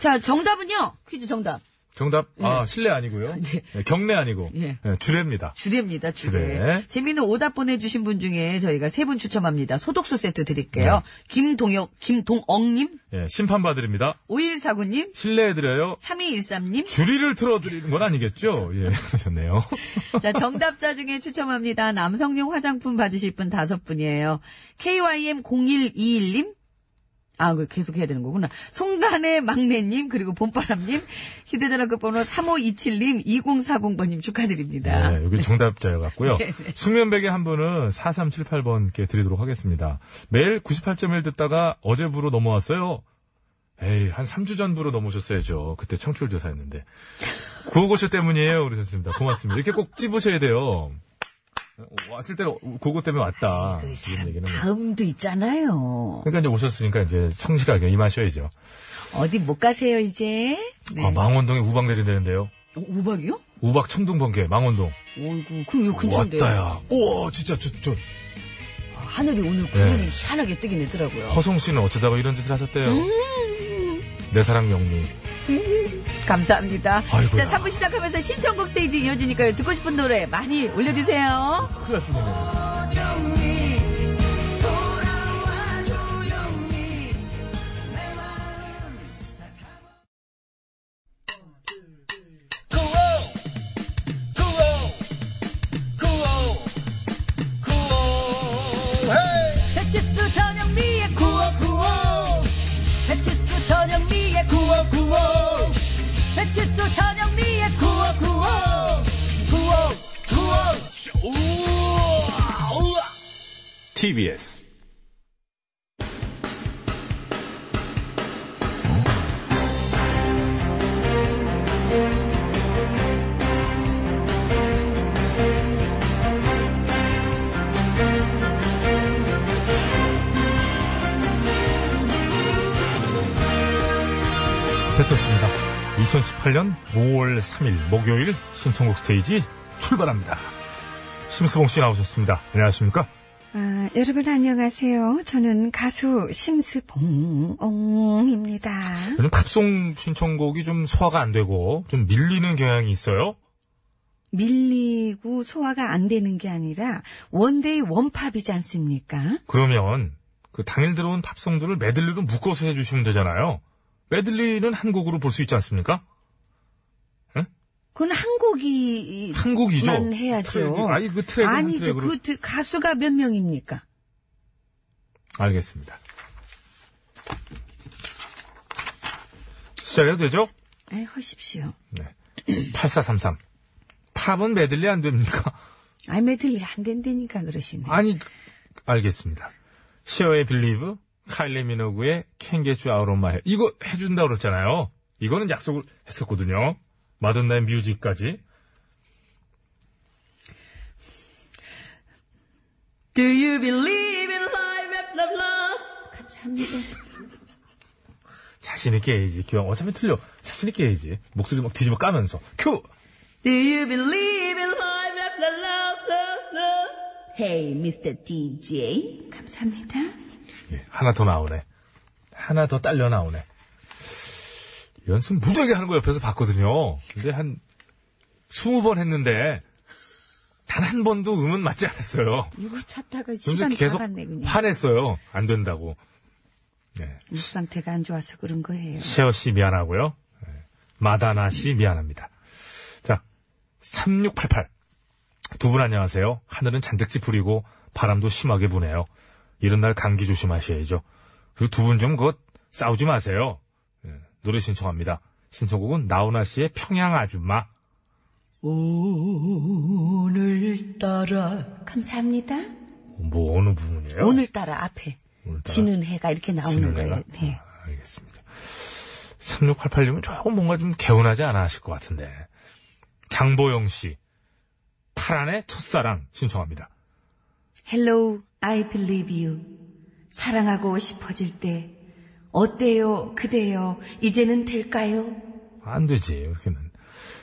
S2: 자, 정답은요. 퀴즈 정답.
S3: 정답, 아, 실례 아니고요.
S2: [LAUGHS] 네.
S3: 네, 경례 아니고.
S2: 예.
S3: 네, 주례입니다.
S2: 주례입니다, 주례.
S3: 주례.
S2: 재미있는 오답 보내주신 분 중에 저희가 세 분 추첨합니다. 소독수 세트 드릴게요. 김동혁, 김동억님,
S3: 예, 심판받으립니다.
S2: 5149님,
S3: 실례해드려요.
S2: 3213님.
S3: 주리를 틀어드리는 건 아니겠죠? 예, [LAUGHS] 그러셨네요.
S2: 자, 정답자 중에 추첨합니다. 남성용 화장품 받으실 분 다섯 분이에요. KYM0121님, 아, 그 계속 해야 되는 거구나. 송간의 막내님, 그리고 봄바람님, 휴대전화 끝번호 3527님, 2040번님 축하드립니다.
S3: 네, 여기
S2: [LAUGHS]
S3: 정답자여갖고요.
S2: 네,
S3: 숙면백의 한 분은 4378번께 드리도록 하겠습니다. 매일 98.1 듣다가 어제부로 넘어왔어요. 에이, 한 3주 전부로 넘어오셨어야죠. 그때 청출조사였는데. 구호고쇼 때문이에요. 그러셨습니다. 고맙습니다. 이렇게 꼭 찝으셔야 돼요. 왔을 때 고고 때문에 왔다. 이런 얘기는.
S2: 다음도 있잖아요.
S3: 그러니까 이제 오셨으니까 이제 성실하게 임하셔야죠.
S2: 어디 못 가세요, 이제? 네.
S3: 아, 망원동에 우박 내린다는데요.
S2: 어, 우박이요?
S3: 우박 천둥 번개, 망원동.
S2: 어이구, 그럼 요 근처인데요.
S3: 왔다야. 우와, 진짜 저, 저
S2: 하늘이
S3: 네.
S2: 오늘 구름이 희한하게 뜨긴 했더라고요.
S3: 허송 씨는 어쩌다가 이런 짓을 하셨대요.
S2: 음.
S3: 내 사랑 영미.
S2: 감사합니다.
S3: 아이고야.
S2: 자, 3부 시작하면서 신청곡 스테이지 이어지니까요. 듣고 싶은 노래 많이 올려주세요. 배치수 전영미의 구호 구호. 배치수 전영미의 구호 구호. 배치수 전영미의 구호 구호.
S3: TBS. 배쳤습니다. 2018년 5월 3일 목요일 신청곡 스테이지 출발합니다. 심수봉 씨 나오셨습니다. 안녕하십니까?
S6: 아, 여러분 안녕하세요. 저는 가수 심스봉옹입니다.
S3: 요즘 팝송 신청곡이 좀 소화가 안 되고 좀 밀리는 경향이 있어요.
S6: 밀리고 소화가 안 되는 게 아니라 원데이 원팝이지 않습니까?
S3: 그러면 그 당일 들어온 팝송들을 메들리로 묶어서 해주시면 되잖아요. 메들리는 한 곡으로 볼 수 있지 않습니까?
S6: 그건 한 곡이
S3: 한 곡이죠.
S6: 만 해야죠.
S3: 트랙이- 아니 그 트랙
S6: 아니죠. 그 드- 가수가 몇 명입니까?
S3: 알겠습니다. 시작해도 되죠?
S6: 아이, 허십시오.
S3: 네. [CLEARS THROAT] 8433. 팝은 메들리 안 됩니까? [LAUGHS]
S6: 아이 메들리 안 된다니까 그러시네.
S3: 아니, 알겠습니다. 시어의 빌리브, 카일리 미노그의 캔게츠 아우로마해. 이거 해준다 그랬잖아요. 이거는 약속을 했었거든요. 마돈나의 뮤직까지.
S2: Do you believe in life and love? 감사합니다.
S3: 자신있게 해야지. 기왕 어차피 틀려. 자신있게 해야지. 목소리 막 뒤집어 까면서. 큐!
S2: Do you believe in life and love, love, love? Hey, Mr. DJ.
S6: 감사합니다.
S3: 예, 하나 더 나오네. 하나 더 딸려 나오네. 연습 무지하게 하는 거 옆에서 봤거든요. 근데 한 20번 했는데 단 한 번도 음은 맞지 않았어요.
S6: 이거 찾다가
S3: 그래서
S6: 시간 다
S3: 계속
S6: 갔네 그냥.
S3: 화냈어요. 안 된다고. 네.
S6: 목 상태가 안 좋아서 그런 거예요.
S3: 셰어 씨 미안하고요. 네. 마다나 씨 미안합니다. 자, 3688. 두 분 안녕하세요. 하늘은 잔뜩 찌푸리고 바람도 심하게 부네요. 이런 날 감기 조심하셔야죠. 그리고 두 분 좀 곧 싸우지 마세요. 예, 노래 신청합니다. 신청곡은 나훈아 씨의 평양 아줌마.
S2: 오늘따라.
S6: 감사합니다.
S3: 뭐 어느 부분이에요?
S6: 오늘따라 앞에
S3: 오늘따라.
S6: 지는 해가 이렇게 나오는
S3: 지는
S6: 거예요.
S3: 애가?
S6: 네.
S3: 아, 알겠습니다. 3688님은 조금 뭔가 좀 개운하지 않아 하실 것 같은데. 장보영 씨. 파란의 첫사랑 신청합니다.
S6: Hello, I believe you. 사랑하고 싶어질 때 어때요, 그대요? 이제는 될까요?
S3: 안 되지, 이렇게는.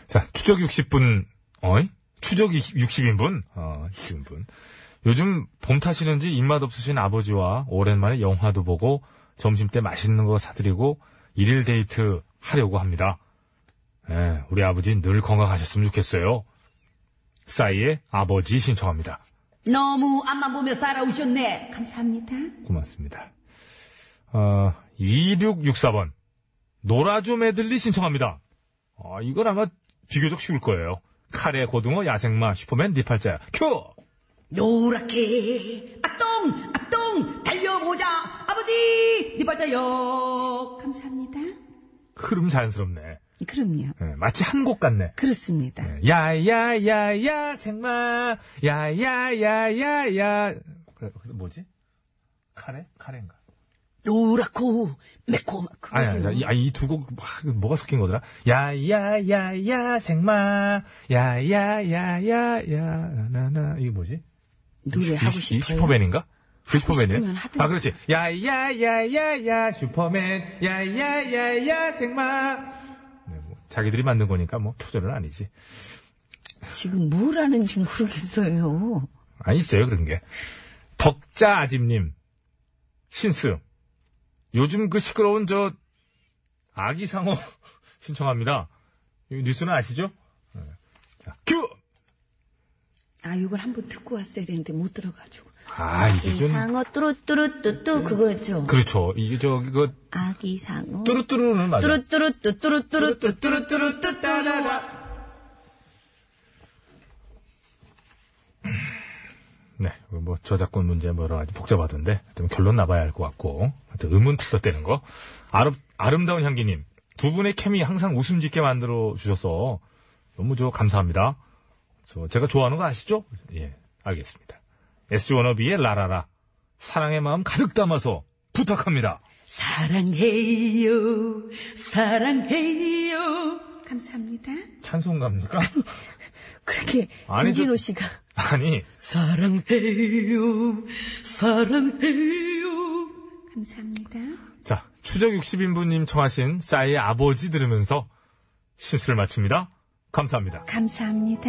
S3: 자, 추적 60분, 어이? 추적 60인분? 어, 60인분. 요즘 봄 타시는지 입맛 없으신 아버지와 오랜만에 영화도 보고 점심 때 맛있는 거 사드리고 일일 데이트 하려고 합니다. 예, 우리 아버지 늘 건강하셨으면 좋겠어요. 싸이의 아버지 신청합니다.
S2: 너무 앞만 보며 살아오셨네.
S6: 감사합니다.
S3: 고맙습니다. 어, 2664번. 노라조 메들리 신청합니다. 어, 이건 아마 비교적 쉬울 거예요. 카레, 고등어, 야생마, 슈퍼맨, 니팔자야. 큐!
S2: 노랗게 악동 악동 달려보자 아버지 네 발자요.
S6: 감사합니다.
S3: 흐름 자연스럽네.
S6: 그럼요.
S3: 예, 마치 한 곡 같네.
S6: 그렇습니다.
S3: 예, 야야야야 생마 야야야야야 그, 그 뭐지? 카레? 카레인가?
S2: 노랗고 매콤하고
S3: 아니, 아니, 아니, 아니 이두 곡, 막 뭐가 섞인 거더라? 야, 야, 야, 야, 생마. 야, 야, 야, 야, 야, 나나. 이게 뭐지?
S6: 아,
S2: 노래 하고
S3: 이- 이
S2: 싶어요.
S3: 슈퍼맨인가? 그 슈퍼맨이야?
S6: 싶으면 하든가.
S3: 아, 그렇지. 야, 야, 야, 야, 야, 슈퍼맨. 야, 야, 야, 야, 생마. 네, 뭐, 자기들이 만든 거니까 뭐, 표절은 아니지.
S2: 지금 뭘 하는지 모르겠어요.
S3: 아, 있어요, 그런 게. 덕자 아집님, 신스. 요즘 그 시끄러운 저, 아기상어 [LAUGHS] 신청합니다. 이 뉴스는 아시죠? 네. 자, 큐!
S6: 아, 이걸 한번 듣고 왔어야 되는데 못 들어가지고.
S3: 아, 이게 좀.
S6: 상어 뚜루뚜루뚜뚜 그거죠.
S3: 그렇죠. 이게 저기, 그,
S6: 아기 상어.
S3: 뚜루뚜루는 맞아.
S2: 뚜루뚜루뚜뚜루뚜루뚜뚜루뚜따라와
S3: 네, 뭐 저작권 문제 뭐 여러 가지 복잡하던데 하여튼 결론 나봐야 할 것 같고 하여튼 음은 틀렸다는 거. 아름, 아름다운 향기님 두 분의 케미 항상 웃음 짓게 만들어 주셔서 너무 저 감사합니다. 저 제가 좋아하는 거 아시죠? 예, 알겠습니다. S 워너비의 라라라 사랑의 마음 가득 담아서 부탁합니다.
S2: 사랑해요 사랑해요
S6: 감사합니다.
S3: 찬송가입니까? [LAUGHS]
S6: 그렇게
S3: 아니, 저-
S6: 김진호 씨가
S3: 아니
S2: 사랑해요 사랑해요
S6: 감사합니다.
S3: 자 추적 60인분님 청하신 싸이의 아버지 들으면서 실수를 맞춥니다. 감사합니다.
S6: 감사합니다.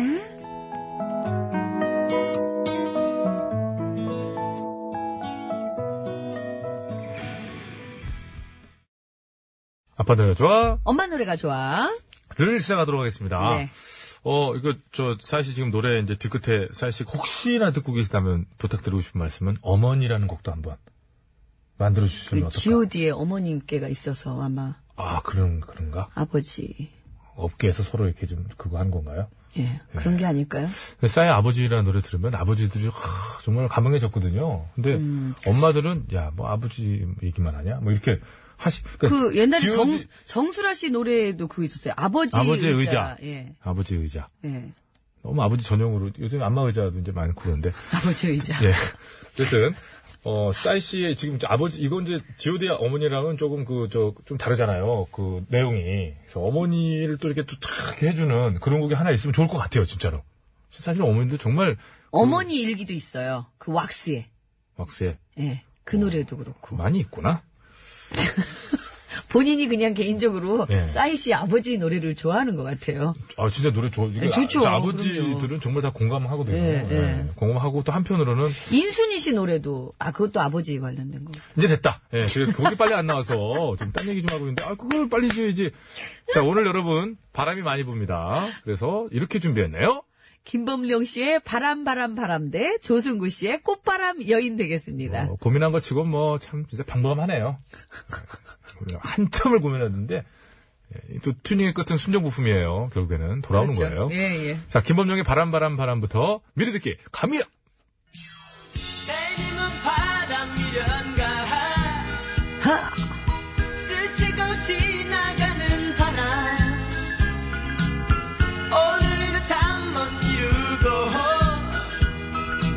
S3: 아빠 노래 좋아?
S2: 엄마 노래가 좋아.
S3: 를 시작하도록 하겠습니다.
S2: 네.
S3: 어, 이거, 저, 사실 지금 노래 이제 뒤끝에 사실 혹시나 듣고 계시다면 부탁드리고 싶은 말씀은 어머니라는 곡도 한번 만들어주시면
S2: 그
S3: 어떨까?
S2: god의 어머님께가 있어서 아마
S3: 아, 그런, 그런가?
S2: 아버지
S3: 업계에서 서로 이렇게 좀 그거 한 건가요?
S2: 예
S3: 네.
S2: 그런 게 아닐까요?
S3: 싸이 아버지라는 노래 들으면 아버지들이 하, 정말 감흥해졌거든요. 근데
S2: 음.
S3: 엄마들은 야, 뭐 아버지 얘기만 하냐? 뭐 이렇게 하시, 그러니까
S2: 그 옛날에
S3: 지오디-
S2: 정, 정수라 씨 노래에도 그거 있었어요. 아버지
S3: 아버지의 의자.
S2: 예.
S3: 아버지 의자.
S2: 예.
S3: 너무 아버지 전용으로 요즘 안마 의자도 이제 많고 그런데
S2: 아버지 의자.
S3: 예. [LAUGHS] 어쨌든, 어, 싸이 씨의 지금 이제 아버지, 이건 이제 GOD 어머니랑은 조금 그, 저, 좀 다르잖아요. 그 내용이. 그래서 어머니를 또 이렇게 또탁 해주는 그런 곡이 하나 있으면 좋을 것 같아요, 진짜로. 사실 어머니도 정말
S2: 어머니 일기도 있어요. 그 왁스에.
S3: 막세
S2: 예.
S3: 어.
S2: 그 노래도 그렇고.
S3: 많이 있구나.
S2: 본인이 그냥 개인적으로
S3: 예.
S2: 싸이 씨 아버지 노래를 좋아하는 것 같아요.
S3: 아, 진짜 노래 좋, 이거
S2: 예, 좋죠.
S3: 아, 버지들은
S2: 그럼요.
S3: 정말 다 공감하거든요.
S2: 예, 예.
S3: 예, 공감하고 또 한편으로는
S2: 인순이 씨 노래도, 아, 그것도 아버지 관련된 거.
S3: 이제 됐다. 예, 그래서 곡이 빨리 안 나와서 지금 딴 얘기 좀 하고 있는데, 아, 그걸 빨리 줘야지. 자, 오늘 여러분, 바람이 많이 붑니다. 그래서 이렇게 준비했네요.
S2: 김범룡 씨의 바람, 바람, 바람대, 조승구 씨의 꽃바람 여인 되겠습니다.
S3: 어, 고민한 것 치고 뭐 참 진짜 평범하네요. [LAUGHS] 한참을 고민했는데 예, 또 튜닝의 끝은 순정 부품이에요. 결국에는 돌아오는 거예요.
S2: 그렇죠? 예, 예.
S3: 자 김범용의 바람 바람 바람부터 미리 듣기 갑니다.
S4: 때리는 바람이란가
S2: 하!
S4: 스치고 지나가는 바람 오늘도 잠못 이루고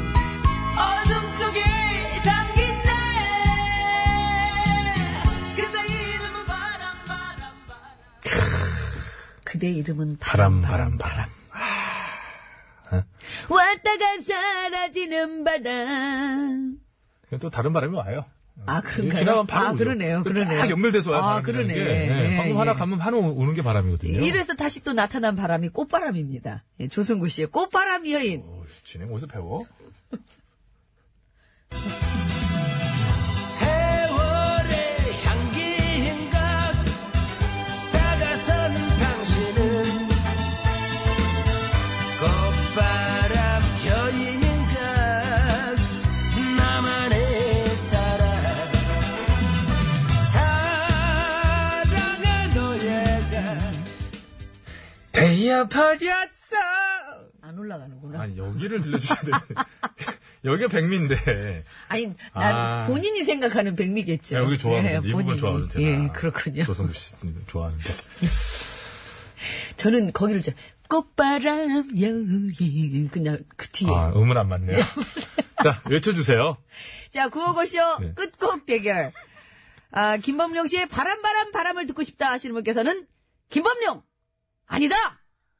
S4: 어둠 속에 담긴 나의 그대 이름은 바람 바람 바람
S2: 그대 이름은
S3: 바람 바람 바람.
S2: 왔다가 사라지는 바람.
S3: 그냥 또 다른 어, 바람이 와요.
S2: 아, 그런가요?
S3: 지나가면 바로
S2: 아,
S3: 오죠.
S2: 그러네요. 그러네요.
S3: 쫙 연결돼서 와요.
S2: 아,
S3: 바람이라는 게.
S2: 그러네.
S3: 네,
S2: 예,
S3: 방금
S2: 예.
S3: 하나 가면 한우 오는 게 바람이거든요.
S2: 이래서 다시 또 나타난 바람이 꽃바람입니다. 예, 조승구 씨의 꽃바람 여인.
S3: 어, 진행 어디서 배워?
S4: 세월의 향기인가 다가선 당신은 꽃바람 여인인가 나만의 사랑 사랑의 노예가 되어버렸어
S2: 안 올라가는구나. 아니,
S3: 아니 여기를 들려주셔야 되는데 [LAUGHS] 여기가 백미인데
S2: 난
S3: 아.
S2: 본인이 생각하는 백미겠죠. 네,
S3: 야, 여기 좋아하는데 이 부분
S2: 본인이.
S3: 좋아하는 데
S2: 예, 그렇군요.
S3: 조성구 씨 좋아하는데
S2: 저는 거기를 저 꽃바람 여인 그냥 그 뒤에.
S3: 아 음은 안
S2: 예.
S3: 맞네요. [LAUGHS] 자 외쳐주세요.
S2: 자, 구호고쇼
S3: 네.
S2: 끝곡 대결. 아, 김범룡 씨의 바람, 바람, 바람을 듣고 싶다 하시는 분께서는, 김범룡! 아니다!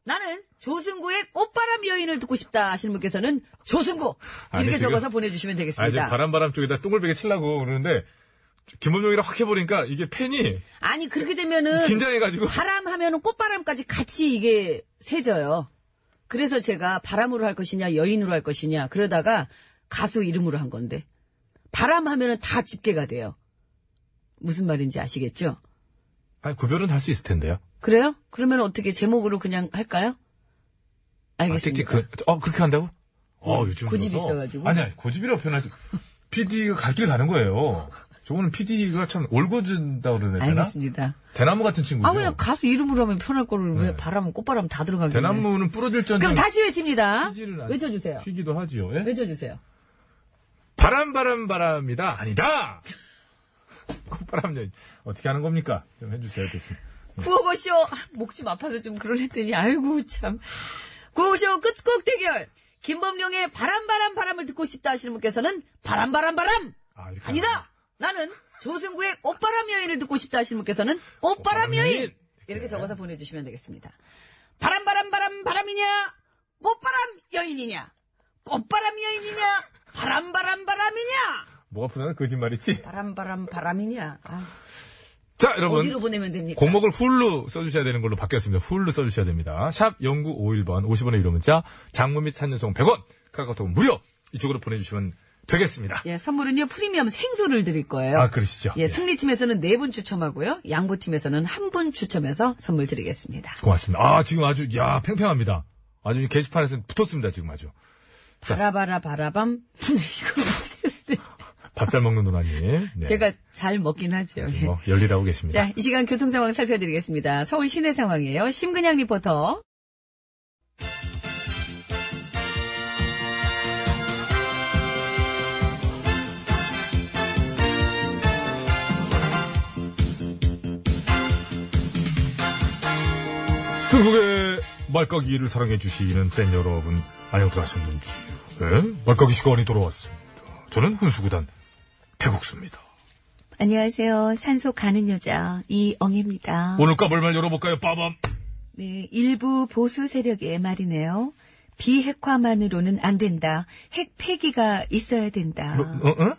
S2: 나는 조승구의 꽃바람 여인을 듣고 싶다 하시는 분께서는, 조승구!
S3: 아니,
S2: 이렇게
S3: 지금-
S2: 적어서 보내주시면
S3: 아 이제
S2: 되겠습니다.
S3: 바람바람 쪽에다 똥글베개 치려고 그러는데 김범용이랑 확 해보니까 이게 팬이
S2: 아니, 그렇게 되면은,
S3: 긴장해가지고
S2: 그 바람 하면은 꽃바람까지 같이 이게 새져요. 그래서 제가 바람으로 할 것이냐, 여인으로 할 것이냐, 그러다가 가수 이름으로 한 건데. 바람 하면은 다 집계가 돼요. 무슨 말인지 아시겠죠?
S3: 아 구별은 할 수 있을 텐데요.
S2: 그래요? 그러면 어떻게 제목으로 그냥 할까요?
S3: 아,
S2: 알겠습니다.
S3: 찍찍 그, 어 그렇게 한다고? 어
S2: 음,
S3: 요즘
S2: 고집이
S3: 들어서.
S2: 있어가지고.
S3: 아니 아니 고집이라고 표현하지. PD가 갈 길 가는 거예요. 저거는 PD가 참 올고준다 그러네. 되나?
S2: 알겠습니다.
S3: 대나무 같은 친구죠.
S2: 아, 그냥 가수 이름으로 하면 편할 거를 왜
S3: 네.
S2: 바람, 꽃바람 다 들어가게.
S3: 대나무는 부러질 전.
S2: 그럼 다시 외칩니다.
S3: 피지를 안-
S2: 외쳐주세요.
S3: 휘기도 하지요. 예?
S2: 외쳐주세요.
S3: 바람 바람 바람이다 아니다. [LAUGHS] 콧바람 여 어떻게 하는 겁니까? 좀 해주세요, 교수님.
S2: 구호고쇼 목 좀 아파서 좀 그러랬더니 아이고 참 구호고쇼 끝곡 대결 김범룡의 바람바람 바람을 듣고 싶다 하시는 분께서는 바람바람 바람
S3: 아, 이렇게
S2: 아니다 나는 조승구의 꽃바람 여인을 듣고 싶다 하시는 분께서는 꽃바람
S3: 꽃바람
S2: 여인
S3: 여인.
S2: 이렇게 적어서 보내주시면 되겠습니다 바람바람 바람 바람이냐 꽃바람 여인이냐 꽃바람 여인이냐 바람바람 바람이냐
S3: 뭐가 부담은 거짓말이지.
S2: 바람바람 바람이냐 아,
S3: 자, 여러분.
S2: 어디로 보내면 됩니까?
S3: 공목을 훌루 써주셔야 되는 걸로 바뀌었습니다. 훌루 써주셔야 됩니다. 샵 0951번 50원의 유료 문자 장문 및 산전송 100원 카카오톡 무료 이쪽으로 보내주시면 되겠습니다.
S2: 예, 선물은요, 프리미엄 생수를 드릴 거예요.
S3: 아, 그러시죠.
S2: 예,
S3: 예.
S2: 승리팀에서는 네 분 추첨하고요, 양보팀에서는 한 분 추첨해서 선물 드리겠습니다.
S3: 고맙습니다. 아, 지금 아주 야 팽팽합니다. 아주 이 게시판에서 붙었습니다. 지금 아주 자.
S2: 바라바라 바라밤. [LAUGHS] 이거
S3: 밥 잘 먹는 누나님. 네.
S2: 제가 잘 먹긴 하죠. 예.
S3: 뭐 열일하고 계십니다.
S2: 자, 이 시간 교통 상황 살펴드리겠습니다. 서울 시내 상황이에요. 심근양 리포터.
S3: 중국의 그 말까기를 사랑해주시는 팬 여러분, 안녕 들하셨는지 네? 말까기 시간이 돌아왔습니다. 저는 훈수구단 배국수입니다.
S6: 안녕하세요. 산소 가는 여자 이엉입니다.
S3: 오늘 까불말 열어볼까요? 빠밤!
S6: 네, 일부 보수 세력의 말이네요. 비핵화만으로는 안 된다. 핵 폐기가 있어야 된다.
S1: 어, 어?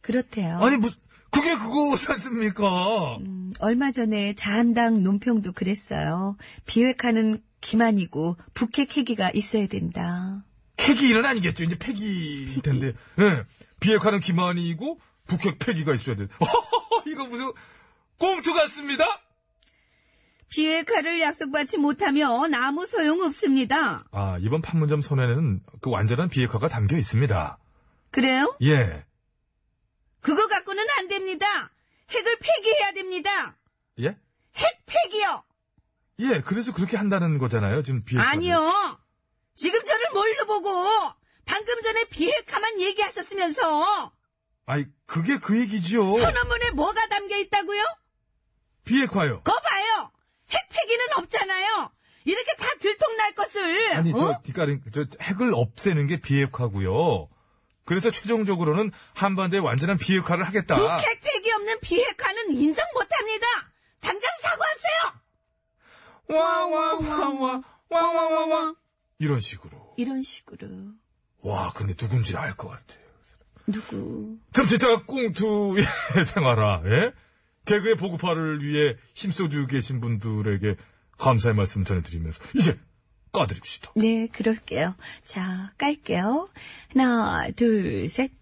S6: 그렇대요.
S1: 아니, 무, 그게 그거지 않습니까?
S6: 음, 얼마 전에 자한당 논평도 그랬어요. 비핵화는 기만이고 북핵 회기가 있어야 된다.
S3: 폐기는 아니겠죠. 이제 폐기일 텐데. 예. 비핵화는 기만이고, 북핵 폐기가 있어야 돼. [LAUGHS] 이거 무슨, 꽁투 같습니다?
S6: 비핵화를 약속받지 못하면 아무 소용 없습니다.
S3: 아, 이번 판문점 선언에는 그 완전한 비핵화가 담겨 있습니다.
S6: 그래요?
S3: 예.
S6: 그거 갖고는 안 됩니다. 핵을 폐기해야 됩니다.
S3: 예?
S6: 핵 폐기요.
S3: 예, 그래서 그렇게 한다는 거잖아요. 지금 비핵화.
S6: 아니요. 지금 저를 뭘로 보고 방금 전에 비핵화만 얘기하셨으면서
S3: 아니, 그게 그 얘기죠.
S6: 선언문에 뭐가 담겨 있다고요?
S3: 비핵화요.
S6: 거 봐요. 핵 폐기는 없잖아요. 이렇게 다 들통날 것을.
S3: 아니,
S6: 어?
S3: 저, 그러니까 저 핵을 없애는 게 비핵화고요. 그래서 최종적으로는 한반도의 완전한 비핵화를 하겠다.
S2: 그
S6: 북핵 폐기 없는 비핵화는 인정 못합니다. 당장 사과하세요.
S3: 와와와와 와와와와 이런 식으로.
S6: 이런 식으로.
S3: 와, 근데 누군지 알 것 같아요.
S2: 누구?
S3: 잠시다 꽁투의 [LAUGHS] 생활아, 예? 개그의 보급화를 위해 힘써주고 계신 분들에게 감사의 말씀 전해드리면서 이제 까드립시다.
S2: 네, 그럴게요. 자, 깔게요. 하나, 둘, 셋.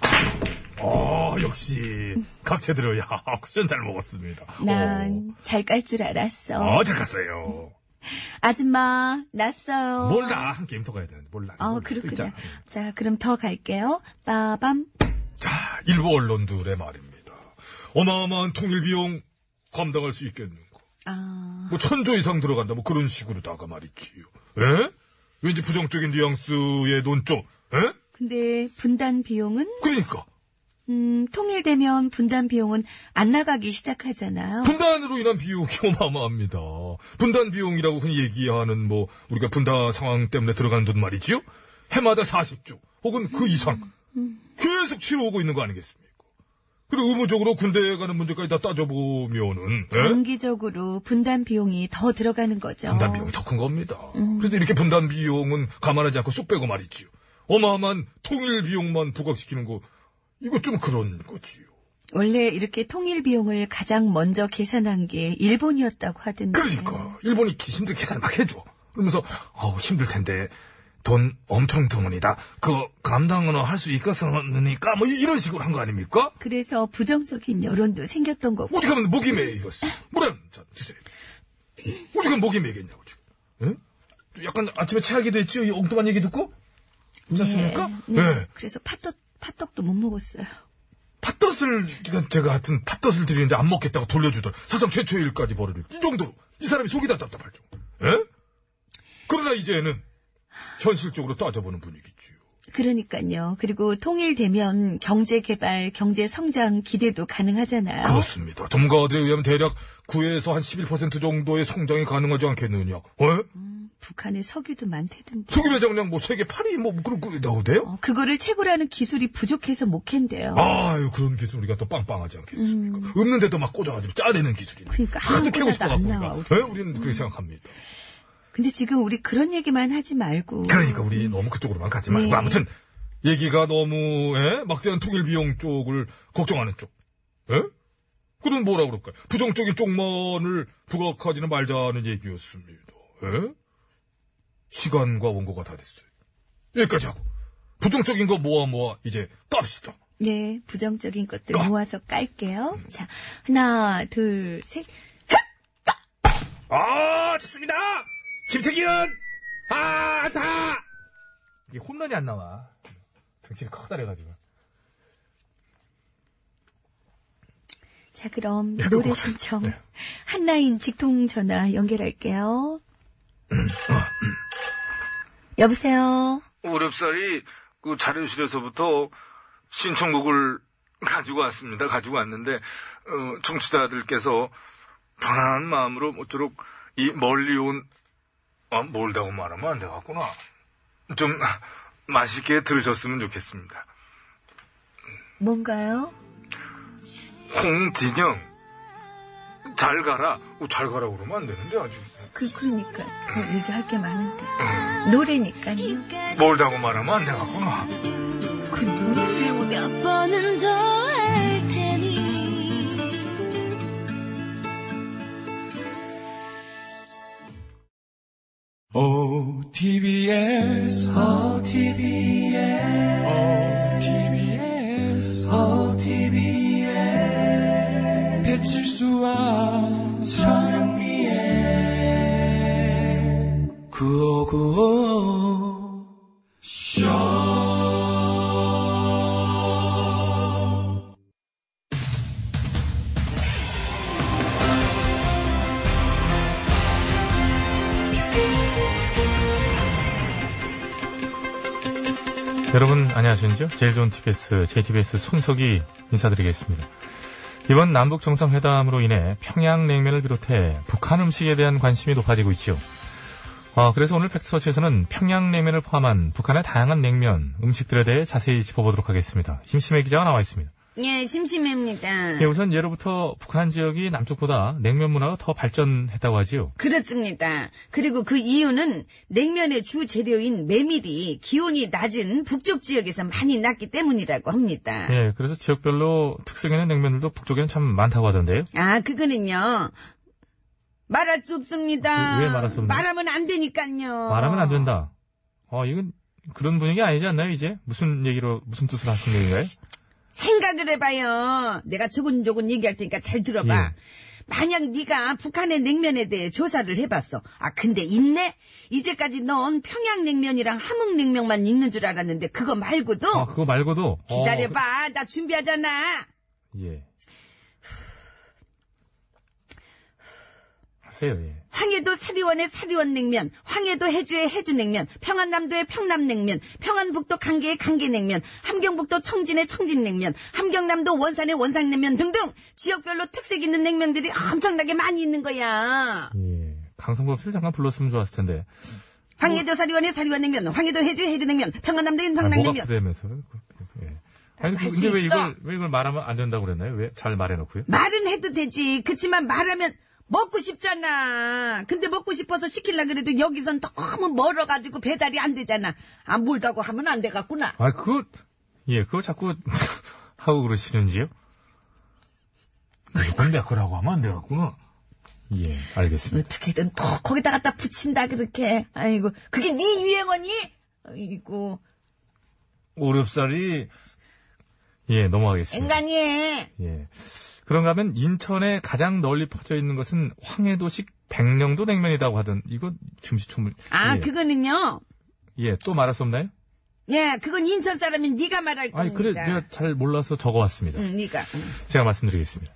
S3: 아, 역시 각체 들어야 [LAUGHS] 쿠션 잘 먹었습니다.
S2: 난 잘 깔 줄 알았어.
S3: 어, 잘 갔어요.
S2: 아줌마, 났어요.
S3: 몰라. 한 게임 더 가야 되는데 몰라.
S2: 어,
S3: 몰라. 또
S2: 그렇군요.
S3: 있잖아.
S2: 자, 그럼 더 갈게요. 빠밤.
S3: 자, 일부 언론들의 말입니다. 어마어마한 통일 비용 감당할 수 있겠는가?
S2: 아,
S3: 뭐 천조 이상 들어간다 뭐 그런 식으로다가 말이지요. 예? 왠지 부정적인 뉘앙스의 논점. 예?
S2: 근데 분단 비용은?
S3: 그러니까
S2: 음, 통일되면 분단 비용은 안 나가기 시작하잖아요.
S3: 분단으로 인한 비용이 [LAUGHS] 어마어마합니다. 분단 비용이라고 흔히 얘기하는 뭐 우리가 분단 상황 때문에 들어가는 돈 말이지요. 해마다 40조 혹은 그 이상 계속 치러오고 있는 거 아니겠습니까? 그리고 의무적으로 군대에 가는 문제까지 다 따져보면은 예?
S2: 장기적으로 분단 비용이 더 들어가는 거죠.
S3: 분단 비용이 더 큰 겁니다. 그래서 이렇게 분단 비용은 감안하지 않고 쏙 빼고 말이지요. 어마어마한 통일 비용만 부각시키는 거 이거 좀 그런 거지요.
S2: 원래 이렇게 통일 비용을 가장 먼저 계산한 게 일본이었다고 하던데.
S3: 그러니까 일본이 기- 힘들게 계산 막 해줘. 그러면서 어우 힘들 텐데 돈 엄청 드문이다. 그거 감당은 할 수 있겠으니까 뭐 이- 이런 식으로 한 거 아닙니까?
S2: 그래서 부정적인 여론도 생겼던 거고.
S3: 어떻게 하면 목이 메이겠어? 뭐래? 자, 드세요. 어떻게 하면 목이 메이겠냐고 지금. 예? 좀 약간 아침에 체하기도 했지요. 이 엉뚱한 얘기 듣고 괜찮습니까?
S2: 네.
S3: 예.
S2: 그래서 팥떡, 팥떡도 못 먹었어요.
S3: 팥덫을 제가- 제가 하여튼 팥덫을 드리는데 안 먹겠다고 돌려주더라. 사상 최초의 일까지 벌어질 이 정도로 이 사람이 속이 다 답답할 정도. 예? 그러나 이제는 현실적으로 따져보는 분위기지요.
S2: 그러니까요. 그리고 통일되면 경제 개발, 경제 성장 기대도 가능하잖아요.
S3: 그렇습니다. 전문가들에 의하면 대략 9에서 한 11% 정도의 성장이 가능하지 않겠느냐. 예?
S2: 북한에 석유도 많대던데.
S3: 속이 매장 그냥 뭐 세계 8위 뭐 그런 거 나오대요?
S2: 어, 그거를 최고라는 기술이 부족해서 못캔대요.
S3: 아유 그런 기술 우리가 또 빵빵하지 않겠습니까? 없는데도 막 꽂아가지고 짜내는 기술이네.
S2: 음. 그러니까
S3: 하도 캐고
S2: 아무거나도
S3: 싶어갖고
S2: 안
S3: 우리가.
S2: 나와,
S3: 예?
S2: 우리.
S3: 우리는 그렇게 생각합니다.
S2: 근데 지금 우리 그런 얘기만 하지 말고.
S3: 그러니까 우리 너무 그쪽으로만 가지 말고
S2: 음. 네.
S3: 아무튼 얘기가 너무 예? 막대한 통일 비용 쪽을 걱정하는 쪽. 예? 그건 뭐라 그럴까요? 부정적인 쪽만을 부각하지는 말자는 얘기였습니다. 예? 시간과 원고가 다 됐어요. 여기까지 하고 부정적인 거 모아 모아 이제 깝시다.
S2: 네, 부정적인 것들
S3: 까.
S2: 모아서 깔게요. 자, 하나, 둘, 셋.
S3: 아 좋습니다. 김태기는 아다.
S7: 이게 홈런이 안 나와. 등치가 커다래가지고.
S2: 자, 그럼 노래 신청. 한라인 직통 전화 연결할게요. 여보세요.
S3: 오렵살이 그 자료실에서부터 신청곡을 [LAUGHS] 가지고 왔습니다. 가지고 왔는데 어, 청취자들께서 편안한 마음으로 모쪼록 이 멀리 온 아, 멀다고 말하면 안 되겠구나. 좀 [LAUGHS] 맛있게 들으셨으면 좋겠습니다.
S2: 뭔가요?
S3: 홍진영 잘 가라. 어, 잘 가라 그러면 안 되는데 아직
S2: 그, 그러니까. 더 얘기할 게 많은데. 노래니까요.
S3: 멀다고 말하면 안 되겠구나.
S2: 그 노래.
S8: 몇 번은 더 할 테니
S4: OTBS, OTBS, OTBS, OTBS, 배칠수와 전영미의 구호구호
S3: 여러분 안녕하십니까? 제일 좋은 TBS, JTBS 손석희 인사드리겠습니다. 이번 남북 정상회담으로 인해 평양냉면을 비롯해 북한 음식에 대한 관심이 높아지고 있죠. 아, 그래서 오늘 팩트서치에서는 평양냉면을 포함한 북한의 다양한 냉면, 음식들에 대해 자세히 짚어보도록 하겠습니다. 심심해 기자가 나와 있습니다.
S2: 예, 심심합니다.
S3: 예, 우선 예로부터 북한 지역이 남쪽보다 냉면 문화가 더 발전했다고 하지요.
S2: 그렇습니다. 그리고 그 이유는 냉면의 주 재료인 메밀이 기온이 낮은 북쪽 지역에서 많이 났기 때문이라고 합니다.
S3: 예, 그래서 지역별로 특색 있는 냉면들도 북쪽에는 참 많다고 하던데요.
S2: 아, 그거는요. 말할 수 없습니다.
S3: 왜- 왜 말할 수 없나요?
S2: 말하면 안 되니까요.
S3: 말하면 안 된다. 어, 이건 그런 분위기 아니지 않나요, 이제? 무슨 얘기로, 무슨 뜻을 하신 얘기인가요?
S2: 생각을 해봐요. 내가 조근조근 얘기할 테니까 잘 들어봐.
S3: 예.
S2: 만약 네가 북한의 냉면에 대해 조사를 해봤어. 아 근데 있네. 이제까지 넌 평양냉면이랑 함흥냉면만 있는 줄 알았는데 그거 말고도
S3: 아, 그거 말고도. 어,
S2: 어. 기다려봐. 나 준비하잖아.
S3: 예. 하세요, 예.
S2: 황해도 사리원의 사리원냉면, 황해도 해주의 해주냉면, 평안남도의 평남냉면, 평안북도 강계의 강계냉면, 함경북도 청진의 청진냉면, 함경남도 원산의 원산냉면 등등 지역별로 특색 있는 냉면들이 엄청나게 많이 있는 거야.
S3: 예. 강성범 씨를 잠깐 불렀으면 좋았을 텐데.
S2: 황해도 사리원의 사리원냉면, 황해도 해주의 해주냉면, 평안남도의
S3: 아, 뭐가
S2: 평남냉면.
S3: 부대면서. 예. 아니,
S2: 할수
S3: 근데 왜
S2: 있어.
S3: 이걸, 왜 이걸 말하면 안 된다고 그랬나요? 왜 잘 말해놓고요?
S2: 말은 해도 되지. 그치만 말하면 먹고 싶잖아. 근데 먹고 싶어서 시킬라 그래도 여기선 너무 멀어가지고 배달이 안 되잖아. 안 몰다고 하면 안 되겠구나.
S3: 아, 그거, 예, 그거 자꾸 [LAUGHS] 하고 그러시는지요?
S9: 근데 그라고 하면 안 되겠구나.
S3: 예, 알겠습니다.
S2: 어떻게든 또 거기다 갖다 붙인다 그렇게 아이고 그게 네 유행어니 아이고
S3: 오렵살이, 예, 넘어가겠습니다.
S2: 앵간이에
S3: 예. 그런가 하면 인천에 가장 널리 퍼져 있는 것은 황해도식 백령도 냉면이라고 하던 이거 중시초물.
S2: 아
S3: 예.
S2: 그거는요
S3: 예, 또 말할 수 없나요?
S2: 예 그건 인천 사람인 네가 말할
S3: 아니
S2: 겁니다
S3: 그래 제가 잘 몰라서 적어왔습니다.
S2: 응 네가
S3: 제가 말씀드리겠습니다.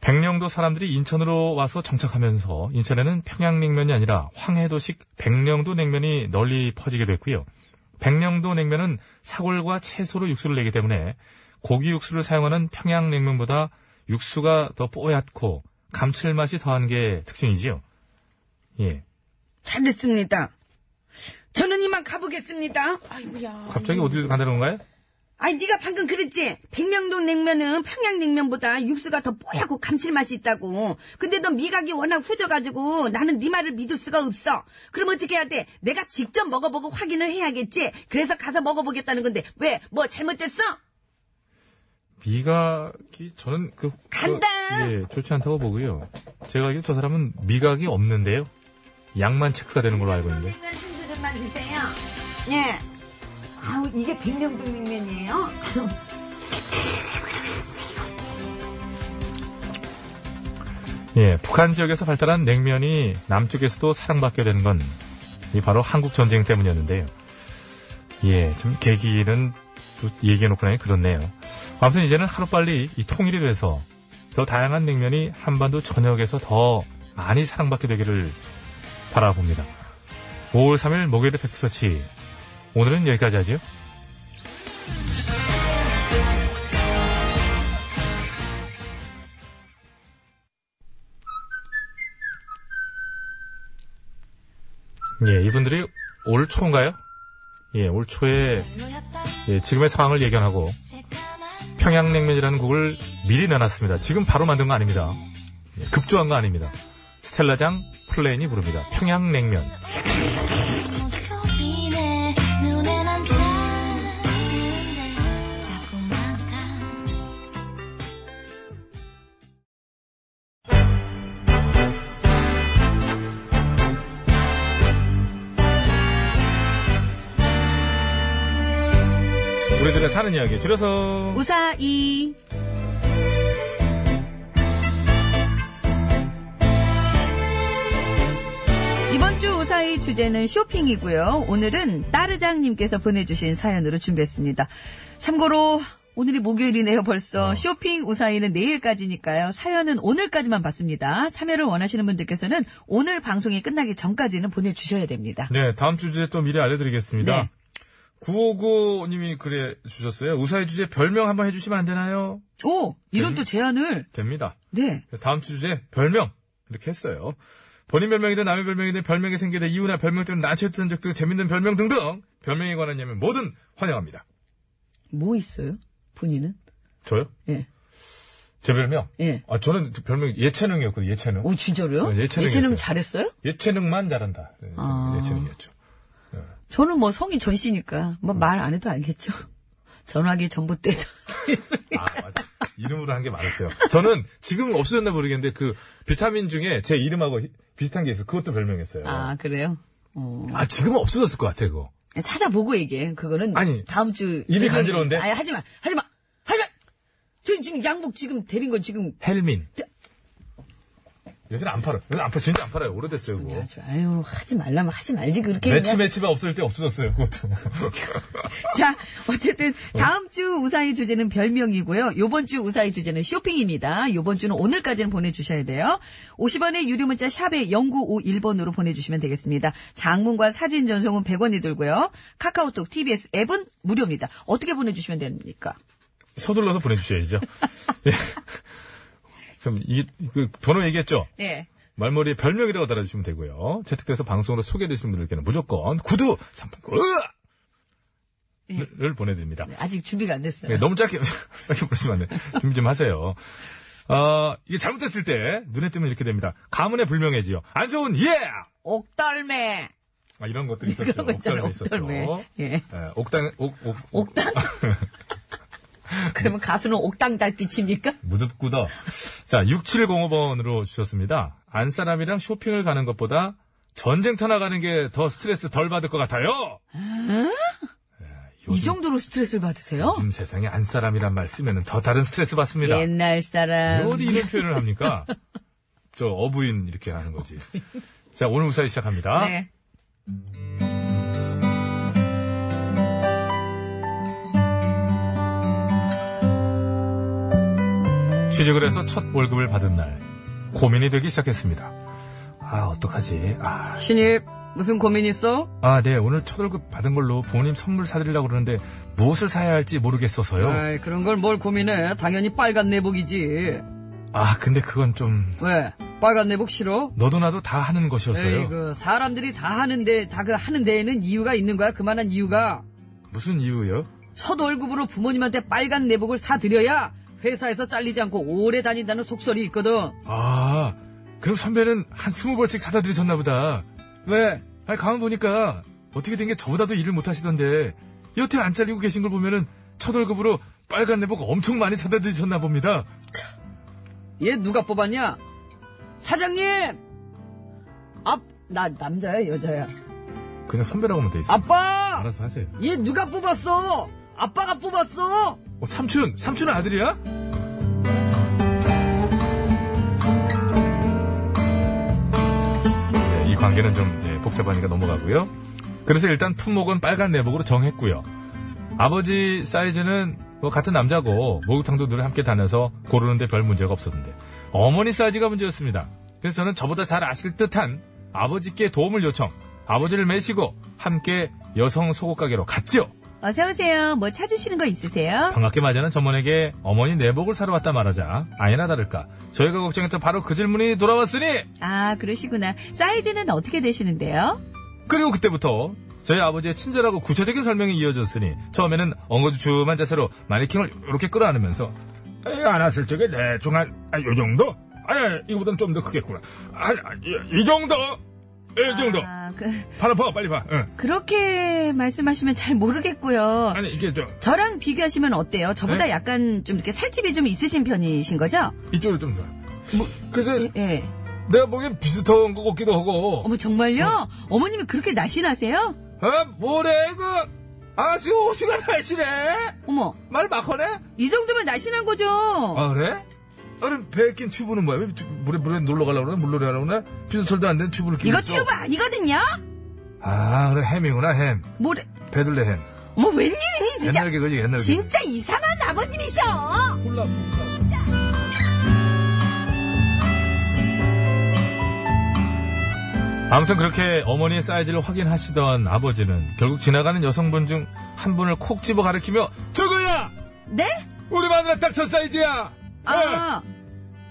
S3: 백령도 사람들이 인천으로 와서 정착하면서 인천에는 평양냉면이 아니라 황해도식 백령도 냉면이 널리 퍼지게 됐고요. 백령도 냉면은 사골과 채소로 육수를 내기 때문에 고기 육수를 사용하는 평양냉면보다 육수가 더 뽀얗고 감칠맛이 더한 게 특징이지요. 예.
S2: 잘했습니다 저는 이만 가보겠습니다
S3: 갑자기 어디로 간다는 건가요?
S2: 아니 네가 방금 그랬지 백령동 냉면은 평양냉면보다 육수가 더 뽀얗고 감칠맛이 있다고 근데 너 미각이 워낙 후져가지고 나는 네 말을 믿을 수가 없어 그럼 어떻게 해야 돼 내가 직접 먹어보고 확인을 해야겠지 그래서 가서 먹어보겠다는 건데 왜 뭐 잘못됐어
S3: 미각이 저는 그
S2: 간다!
S3: 그, 예, 좋지 않다고 보고요. 제가 알기로 저 사람은 미각이 없는데요. 양만 체크가 되는 걸로 알고 있는데.
S2: 냉면 한 그릇만 주세요 예 아우 이게 백령동 냉면이에요
S3: 예, 북한 지역에서 발달한 냉면이 남쪽에서도 사랑받게 되는 건 이 바로 한국 전쟁 때문이었는데요. 예, 좀 계기는 또 얘기해놓고 나니 그렇네요. 아무튼 이제는 하루빨리 이 통일이 돼서 더 다양한 냉면이 한반도 전역에서 더 많이 사랑받게 되기를 바라봅니다. 5월 3일 목요일 팩트서치 오늘은 여기까지 하지요. 예, 이분들이 올 초인가요? 예, 올 초에 예, 지금의 상황을 예견하고 평양냉면이라는 곡을 미리 내놨습니다. 지금 바로 만든 거 아닙니다. 예, 급조한 거 아닙니다. 스텔라장 플레인이 부릅니다. 평양냉면.
S10: 소리네 눈에만 닿는데 자꾸만 가
S3: 우리들의 사는 이야기 줄여서
S2: 우사이
S11: 이번 주 우사의 주제는 쇼핑이고요. 오늘은 따르장님께서 보내주신 사연으로 준비했습니다. 참고로 오늘이 목요일이네요. 벌써 쇼핑 우사이는 내일까지니까요. 사연은 오늘까지만 받습니다. 참여를 원하시는 분들께서는 오늘 방송이 끝나기 전까지는 보내주셔야 됩니다.
S3: 네, 다음 주 주제 또 미리 알려드리겠습니다.
S11: 네.
S3: 959님이 그래 주셨어요. 우사의 주제 별명 한번 해주시면 안 되나요?
S11: 오 이런
S3: 음.
S11: 또 제안을
S3: 됩니다.
S11: 네
S3: 그래서 다음 주 주제 별명 이렇게 했어요. 본인 별명이든 남의 별명이든 별명이 생기든 이유나 별명 때문에 난처했던 적 등 재밌는 별명 등등 별명에 관한 예면 뭐든 환영합니다.
S11: 뭐 있어요? 본인은?
S3: 저요?
S12: 예.
S3: 제 별명?
S12: 예.
S3: 아, 저는 별명 예체능이었거든요, 예체능.
S12: 오, 진짜로요?
S3: 어, 예체능
S12: 예체능
S3: 했어요.
S12: 잘했어요?
S3: 예체능만 잘한다. 예,
S12: 아.
S3: 예체능이었죠.
S12: 저는 뭐 성이 전씨니까
S3: 음.
S12: 뭐 말 안 해도 알겠죠. [LAUGHS] 전화기 전부 떼죠.
S3: 아, 맞아. 이름으로 한 게 많았어요. 저는 지금 없어졌나 모르겠는데 그 비타민 중에 제 이름하고 히- 비슷한 게 있어요. 그것도 별명이었어요.
S12: 아, 그래요? 어.
S3: 아, 지금은 없어졌을 것 같아, 그거.
S12: 찾아보고 얘기해. 그거는
S3: 아니,
S12: 다음 주
S3: 입이
S12: 예정이-
S3: 간지러운데?
S12: 아니 하지마, 하지마, 하지마. 저 지금 양복 지금 데린 거 지금
S3: 헬민. 요새는 안 팔아요. 요새 안 팔, 진짜 안 팔아요. 오래됐어요, 그거.
S12: 아주 아유 하지 말라면 하지 말지 그렇게
S3: 매치
S12: 그냥.
S3: 매치가 없을 때 없어졌어요, 그것도.
S2: 자, 어쨌든 다음 주 우사의 주제는 별명이고요. 요번 주 우사의 주제는 쇼핑입니다. 요번 주는 오늘까지는 보내주셔야 돼요. 50원의 유료 문자 샵에 0951번으로 보내주시면 되겠습니다. 장문과 사진 전송은 100원이 들고요. 카카오톡, TBS 앱은 무료입니다. 어떻게 보내주시면 됩니까?
S3: 서둘러서 보내주셔야죠.
S12: [LAUGHS]
S3: 예. 그럼 이, 그 번호 얘기했죠?
S2: 네.
S3: 말머리에 별명이라고 달아주시면 되고요. 채택돼서 방송으로 소개되시는 분들께는 무조건 구두 상품권을
S2: 예.
S3: 보내드립니다.
S2: 네, 아직 준비가 안 됐어요.
S3: 예, 너무 짧게, [LAUGHS] 짧게 부르시면 안 돼요. 준비 좀 하세요. 어, 이게 잘못됐을 때 눈에 띄면 이렇게 됩니다. 가문의 불명예지요. 안 좋은 예!
S2: 옥덜매.
S3: 아, 이런 것들이 있었죠.
S2: 그런 거 있잖아요.
S3: 옥달매 있었죠.
S2: 옥덜매. 예.
S3: 예, 옥당, 옥, 옥, [LAUGHS]
S2: 옥당? 그러면 가수는 옥당달빛입니까?
S3: 무덥구더. 자, 6705번으로 주셨습니다. 안 사람이랑 쇼핑을 가는 것보다 전쟁터 나가는 게 더 스트레스 덜 받을 것 같아요. 예,
S2: 이
S3: 요즘-
S2: 정도로 스트레스를 받으세요?
S3: 요즘 세상에 안 사람이란 말 쓰면 더 다른 스트레스 받습니다.
S2: 옛날 사람.
S3: 어디 이런 표현을 합니까? 저 어부인 이렇게 하는 거지. 자, 오늘 우사히 시작합니다.
S2: 네.
S3: 취직을 해서 첫 월급을 받은 날 고민이 되기 시작했습니다. 아 어떡하지? 아,
S2: 신입, 무슨 고민 있어?
S3: 아, 네 오늘 첫 월급 받은 걸로 부모님 선물 사드리려고 그러는데 무엇을 사야 할지 모르겠어서요.
S2: 아이, 그런 걸 뭘 고민해. 당연히 빨간 내복이지.
S3: 아 근데 그건 좀
S2: 왜? 빨간 내복 싫어?
S3: 너도 나도 다 하는 것이었어요.
S2: 네, 에이그, 사람들이 다 하는데, 다 그 하는 데에는 이유가 있는 거야. 그만한 이유가.
S3: 무슨 이유요?
S2: 첫 월급으로 부모님한테 빨간 내복을 사드려야 회사에서 잘리지 않고 오래 다닌다는 속설이 있거든.
S3: 아 그럼 선배는 한 스무 벌씩 사다 드리셨나 보다.
S2: 왜?
S3: 아니 가만 보니까 어떻게 된 게 저보다도 일을 못 하시던데 여태 안 잘리고 계신 걸 보면은 첫 월급으로 빨간 내복 엄청 많이 사다 드리셨나 봅니다.
S2: 얘 누가 뽑았냐? 사장님! 앞, 나 남자야, 여자야?
S3: 그냥 선배라고 하면 돼 있어.
S2: 아빠!
S3: 알아서 하세요.
S2: 얘 누가 뽑았어? 아빠가 뽑았어!
S3: 어, 삼촌, 삼촌 아들이야? 네, 이 관계는 좀 네, 복잡하니까 넘어가고요. 그래서 일단 품목은 빨간 내복으로 정했고요. 아버지 사이즈는 뭐 같은 남자고 목욕탕도 늘 함께 다녀서 고르는데 별 문제가 없었는데 어머니 사이즈가 문제였습니다. 그래서 저는 저보다 잘 아실 듯한 아버지께 도움을 요청. 아버지를 메시고 함께 여성 속옷 가게로 갔지요.
S2: 어서오세요. 뭐 찾으시는 거 있으세요?
S3: 반갑게 맞이하는 전문에게 어머니 내복을 사러 왔다 말하자 아니나 다를까 저희가 걱정했던 바로 그 질문이 돌아왔으니
S2: 아, 그러시구나. 사이즈는 어떻게 되시는데요?
S3: 그리고 그때부터 저희 아버지의 친절하고 구체적인 설명이 이어졌으니 처음에는 엉거주춤한 자세로 마네킹을 이렇게 끌어안으면서 안았을 적에 대충 한요 정도? 아니 이거보단 좀 더 크겠구나 아, 이, 정도? 예, 이 정도
S2: 아, 그,
S3: 바로 봐 빨리 봐
S2: 그렇게 말씀하시면 잘 모르겠고요.
S3: 아니 이게 좀
S2: 저랑 비교하시면 어때요? 저보다
S3: 네?
S2: 약간 좀 이렇게 살집이 좀 있으신 편이신 거죠?
S3: 이쪽으로 좀 더. 뭐, 그래서
S2: 예.
S3: 내가 보기엔 비슷한 것 같기도 하고
S2: 어머, 정말요? 어머님이 그렇게 날씬하세요?
S3: 아, 뭐래, 그, 아저씨 어디가 날씨래?
S2: 어머,
S3: 말 막하네?
S2: 이 정도면 날씬한 거죠?
S3: 아, 그래? 아니, 배에 낀 튜브는 뭐야? 왜 튜- 물에, 물에 놀러 가려고 그러네? 물놀이 하려고 그러네? 피서철도 안 되는 튜브를 끼고
S2: 이거
S3: 있어.
S2: 튜브 아니거든요?
S3: 아, 그래, 햄이구나, 햄.
S2: 뭐래,
S3: 배둘레 햄.
S2: 어머, 웬일이니, 진짜.
S3: 옛날 개그지, 옛날 개그.
S2: 진짜 이상한 아버님이셔!
S3: 콜라, 콜라. 아무튼 그렇게 어머니의 사이즈를 확인하시던 아버지는 결국 지나가는 여성분 중 한 분을 콕 집어 가리키며 저거야!
S2: 네?
S3: 우리 마누라 딱 저 사이즈야! 어.
S2: 아,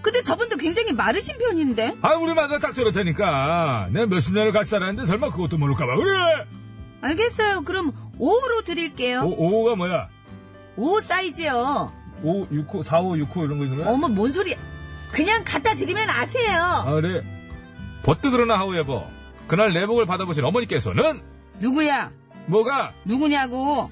S2: 근데 저분도 굉장히 마르신 편인데?
S3: 아, 우리 마누라 딱 저렇다니까. 내가 몇십 년을 같이 살았는데 설마 그것도 모를까봐. 그래!
S2: 알겠어요. 그럼 5로 드릴게요.
S3: 오, 오가 뭐야?
S2: 오, 사이즈요.
S3: 5, 6호, 4호, 6호 이런 거 있는 거야?
S13: 어머, 뭔 소리야. 그냥 갖다 드리면 아세요.
S3: 네? 아, 그래. 버뜨 그러나 하우에버. 그날 내복을 받아보신 어머니께서는
S14: 누구야?
S3: 뭐가,
S14: 누구냐고?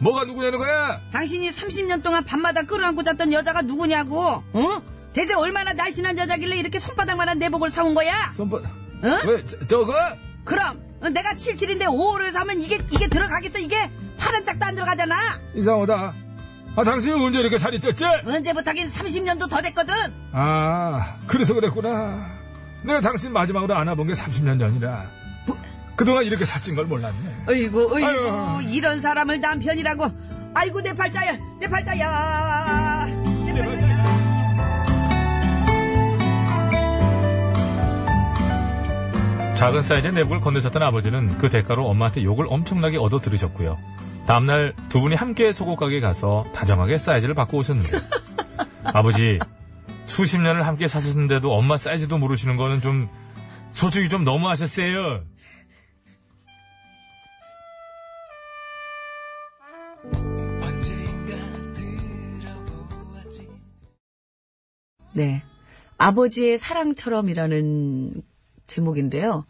S3: 뭐가 누구냐는 거야?
S14: 당신이 30년 동안 밤마다 끌어안고 잤던 여자가 누구냐고? 어? 대체 얼마나 날씬한 여자길래 이렇게 손바닥만한 내복을 사온 거야?
S3: 손바,
S14: 응?
S3: 왜, 저, 저거?
S14: 그럼 어, 내가 77인데 5호를 사면 이게 이게 들어가겠어 이게 파란 짝도 안 들어가잖아.
S3: 이상하다. 아, 당신이 언제 이렇게 살이 쪘지?
S14: 언제부터긴 30년도 더 됐거든.
S3: 아, 그래서 그랬구나. 내가 당신 마지막으로 안아본 게 30년 전이라. 그동안 이렇게 살찐 걸 몰랐네.
S14: 어이구 어이구
S3: 아유.
S14: 이런 사람을 남편이라고. 아이고 내 팔자야 내 팔자야 내
S3: 네,
S14: 팔자야.
S3: 작은 사이즈의 내복을 건네셨던 아버지는 그 대가로 엄마한테 욕을 엄청나게 얻어 들으셨고요. 다음날 두 분이 함께 속옷 가게에 가서 다정하게 사이즈를 바꿔 오셨는데
S2: [LAUGHS]
S3: 아버지 수십 년을 함께 사셨는데도 엄마 사이즈도 모르시는 거는 좀 솔직히 좀 너무하셨어요.
S2: 네. 아버지의 사랑처럼이라는 제목인데요.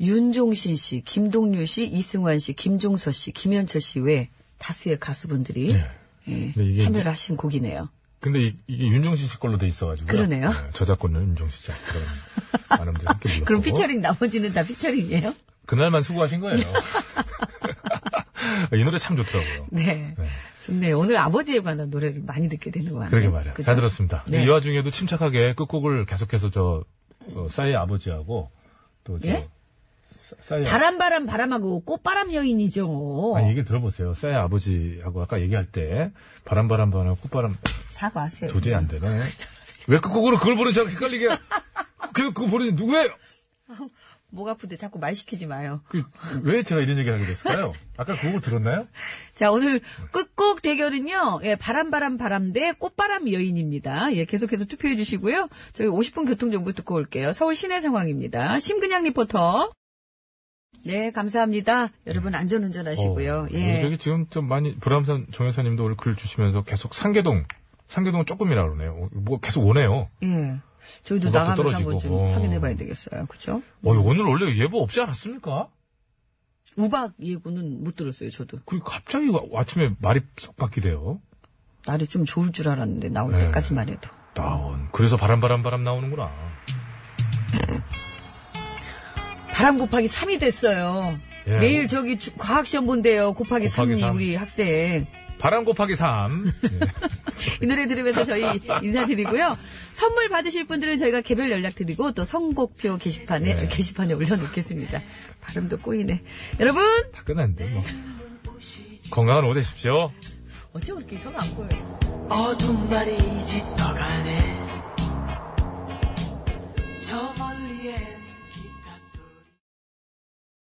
S2: 윤종신 씨, 김동률 씨, 이승환 씨, 김종서 씨, 김현철 씨 외 다수의 가수분들이
S3: 네.
S2: 예,
S3: 근데 이게
S2: 참여를 하신 곡이네요.
S3: 근데 이, 게 윤종신 씨 걸로 돼 있어가지고
S2: 그러네요.
S3: 저작권은 윤종신 씨 그런
S2: [LAUGHS]
S3: 많은 분들 함께 불렀고
S2: 그럼 피처링 나머지는 다 피처링이에요?
S3: 그날만 수고하신
S2: [LAUGHS]
S3: 거예요. [LAUGHS] 이 노래 참 좋더라고요.
S2: 네.
S3: 네.
S2: 좋네요. 오늘 아버지에 관한 노래를 많이 듣게 되는 것 같아요.
S3: 그러게 말이야.
S2: 그죠?
S3: 잘 들었습니다.
S2: 네.
S3: 이 와중에도 침착하게 끝곡을 계속해서 저 어, 싸이의 아버지하고 또 저,
S2: 예?
S3: 싸- 싸이의 아,
S2: 바람바람 바람하고 꽃바람 여인이죠.
S3: 아니 얘기 들어보세요. 싸이의 아버지하고 아까 얘기할 때 바람바람 바람 꽃바람
S2: 사과하세요.
S3: 도저히 안
S2: 아,
S3: 되네. 왜 끝곡으로 그걸 부르지 않고 헷갈리게 그 그거 부르니 누구예요?
S2: 목 아픈데 자꾸 말 시키지 마요.
S3: 그, 왜 제가 이런 얘기를 하게 됐을까요? 아까 그걸 들었나요?
S2: 자, 오늘 끝곡 대결은요, 예, 바람바람 바람 대 꽃바람 여인입니다. 예, 계속해서 투표해 주시고요. 저희 50분 교통정보 듣고 올게요. 서울 시내 상황입니다. 심근양 리포터. 네, 감사합니다. 여러분 안전운전 하시고요.
S3: 어,
S2: 예.
S3: 저기 지금 좀 많이 브람산 정혜사님도 오늘 글 주시면서 계속 상계동 상계동 조금이라 그러네요. 뭐 계속 오네요.
S2: 예. 저희도
S3: 음악도
S2: 나가면서
S3: 떨어지고.
S2: 한번 좀
S3: 어.
S2: 확인해 봐야 되겠어요. 그죠?
S3: 어, 오늘 원래 예보 없지 않았습니까?
S2: 우박 예고는 못 들었어요, 저도.
S3: 그 갑자기 와- 아침에 말이 싹 바뀌대요.
S2: 날이 좀 좋을 줄 알았는데, 나올
S3: 네.
S2: 때까지만 해도.
S3: 다운. 그래서 바람 바람 바람 나오는구나.
S2: 바람 곱하기 3이 됐어요.
S3: 예.
S2: 내일 저기 주- 과학시험 본대요. 곱하기,
S3: 곱하기
S2: 3이
S3: 삼.
S2: 우리 학생.
S3: 바람 곱하기 예, 3. [LAUGHS]
S2: 이 노래 들으면서 [LAUGHS] 저희 인사드리고요. 선물 받으실 분들은 저희가 개별 연락드리고 또 선곡표 게시판에, 게시판에 올려놓겠습니다. 발음도 꼬이네. 여러분!
S3: 다 끝났는데 뭐. 건강한 오후 되십시오.
S2: 어쩜 이렇게 혀가 안 꼬여요?
S4: 어둠 말이 짙어가네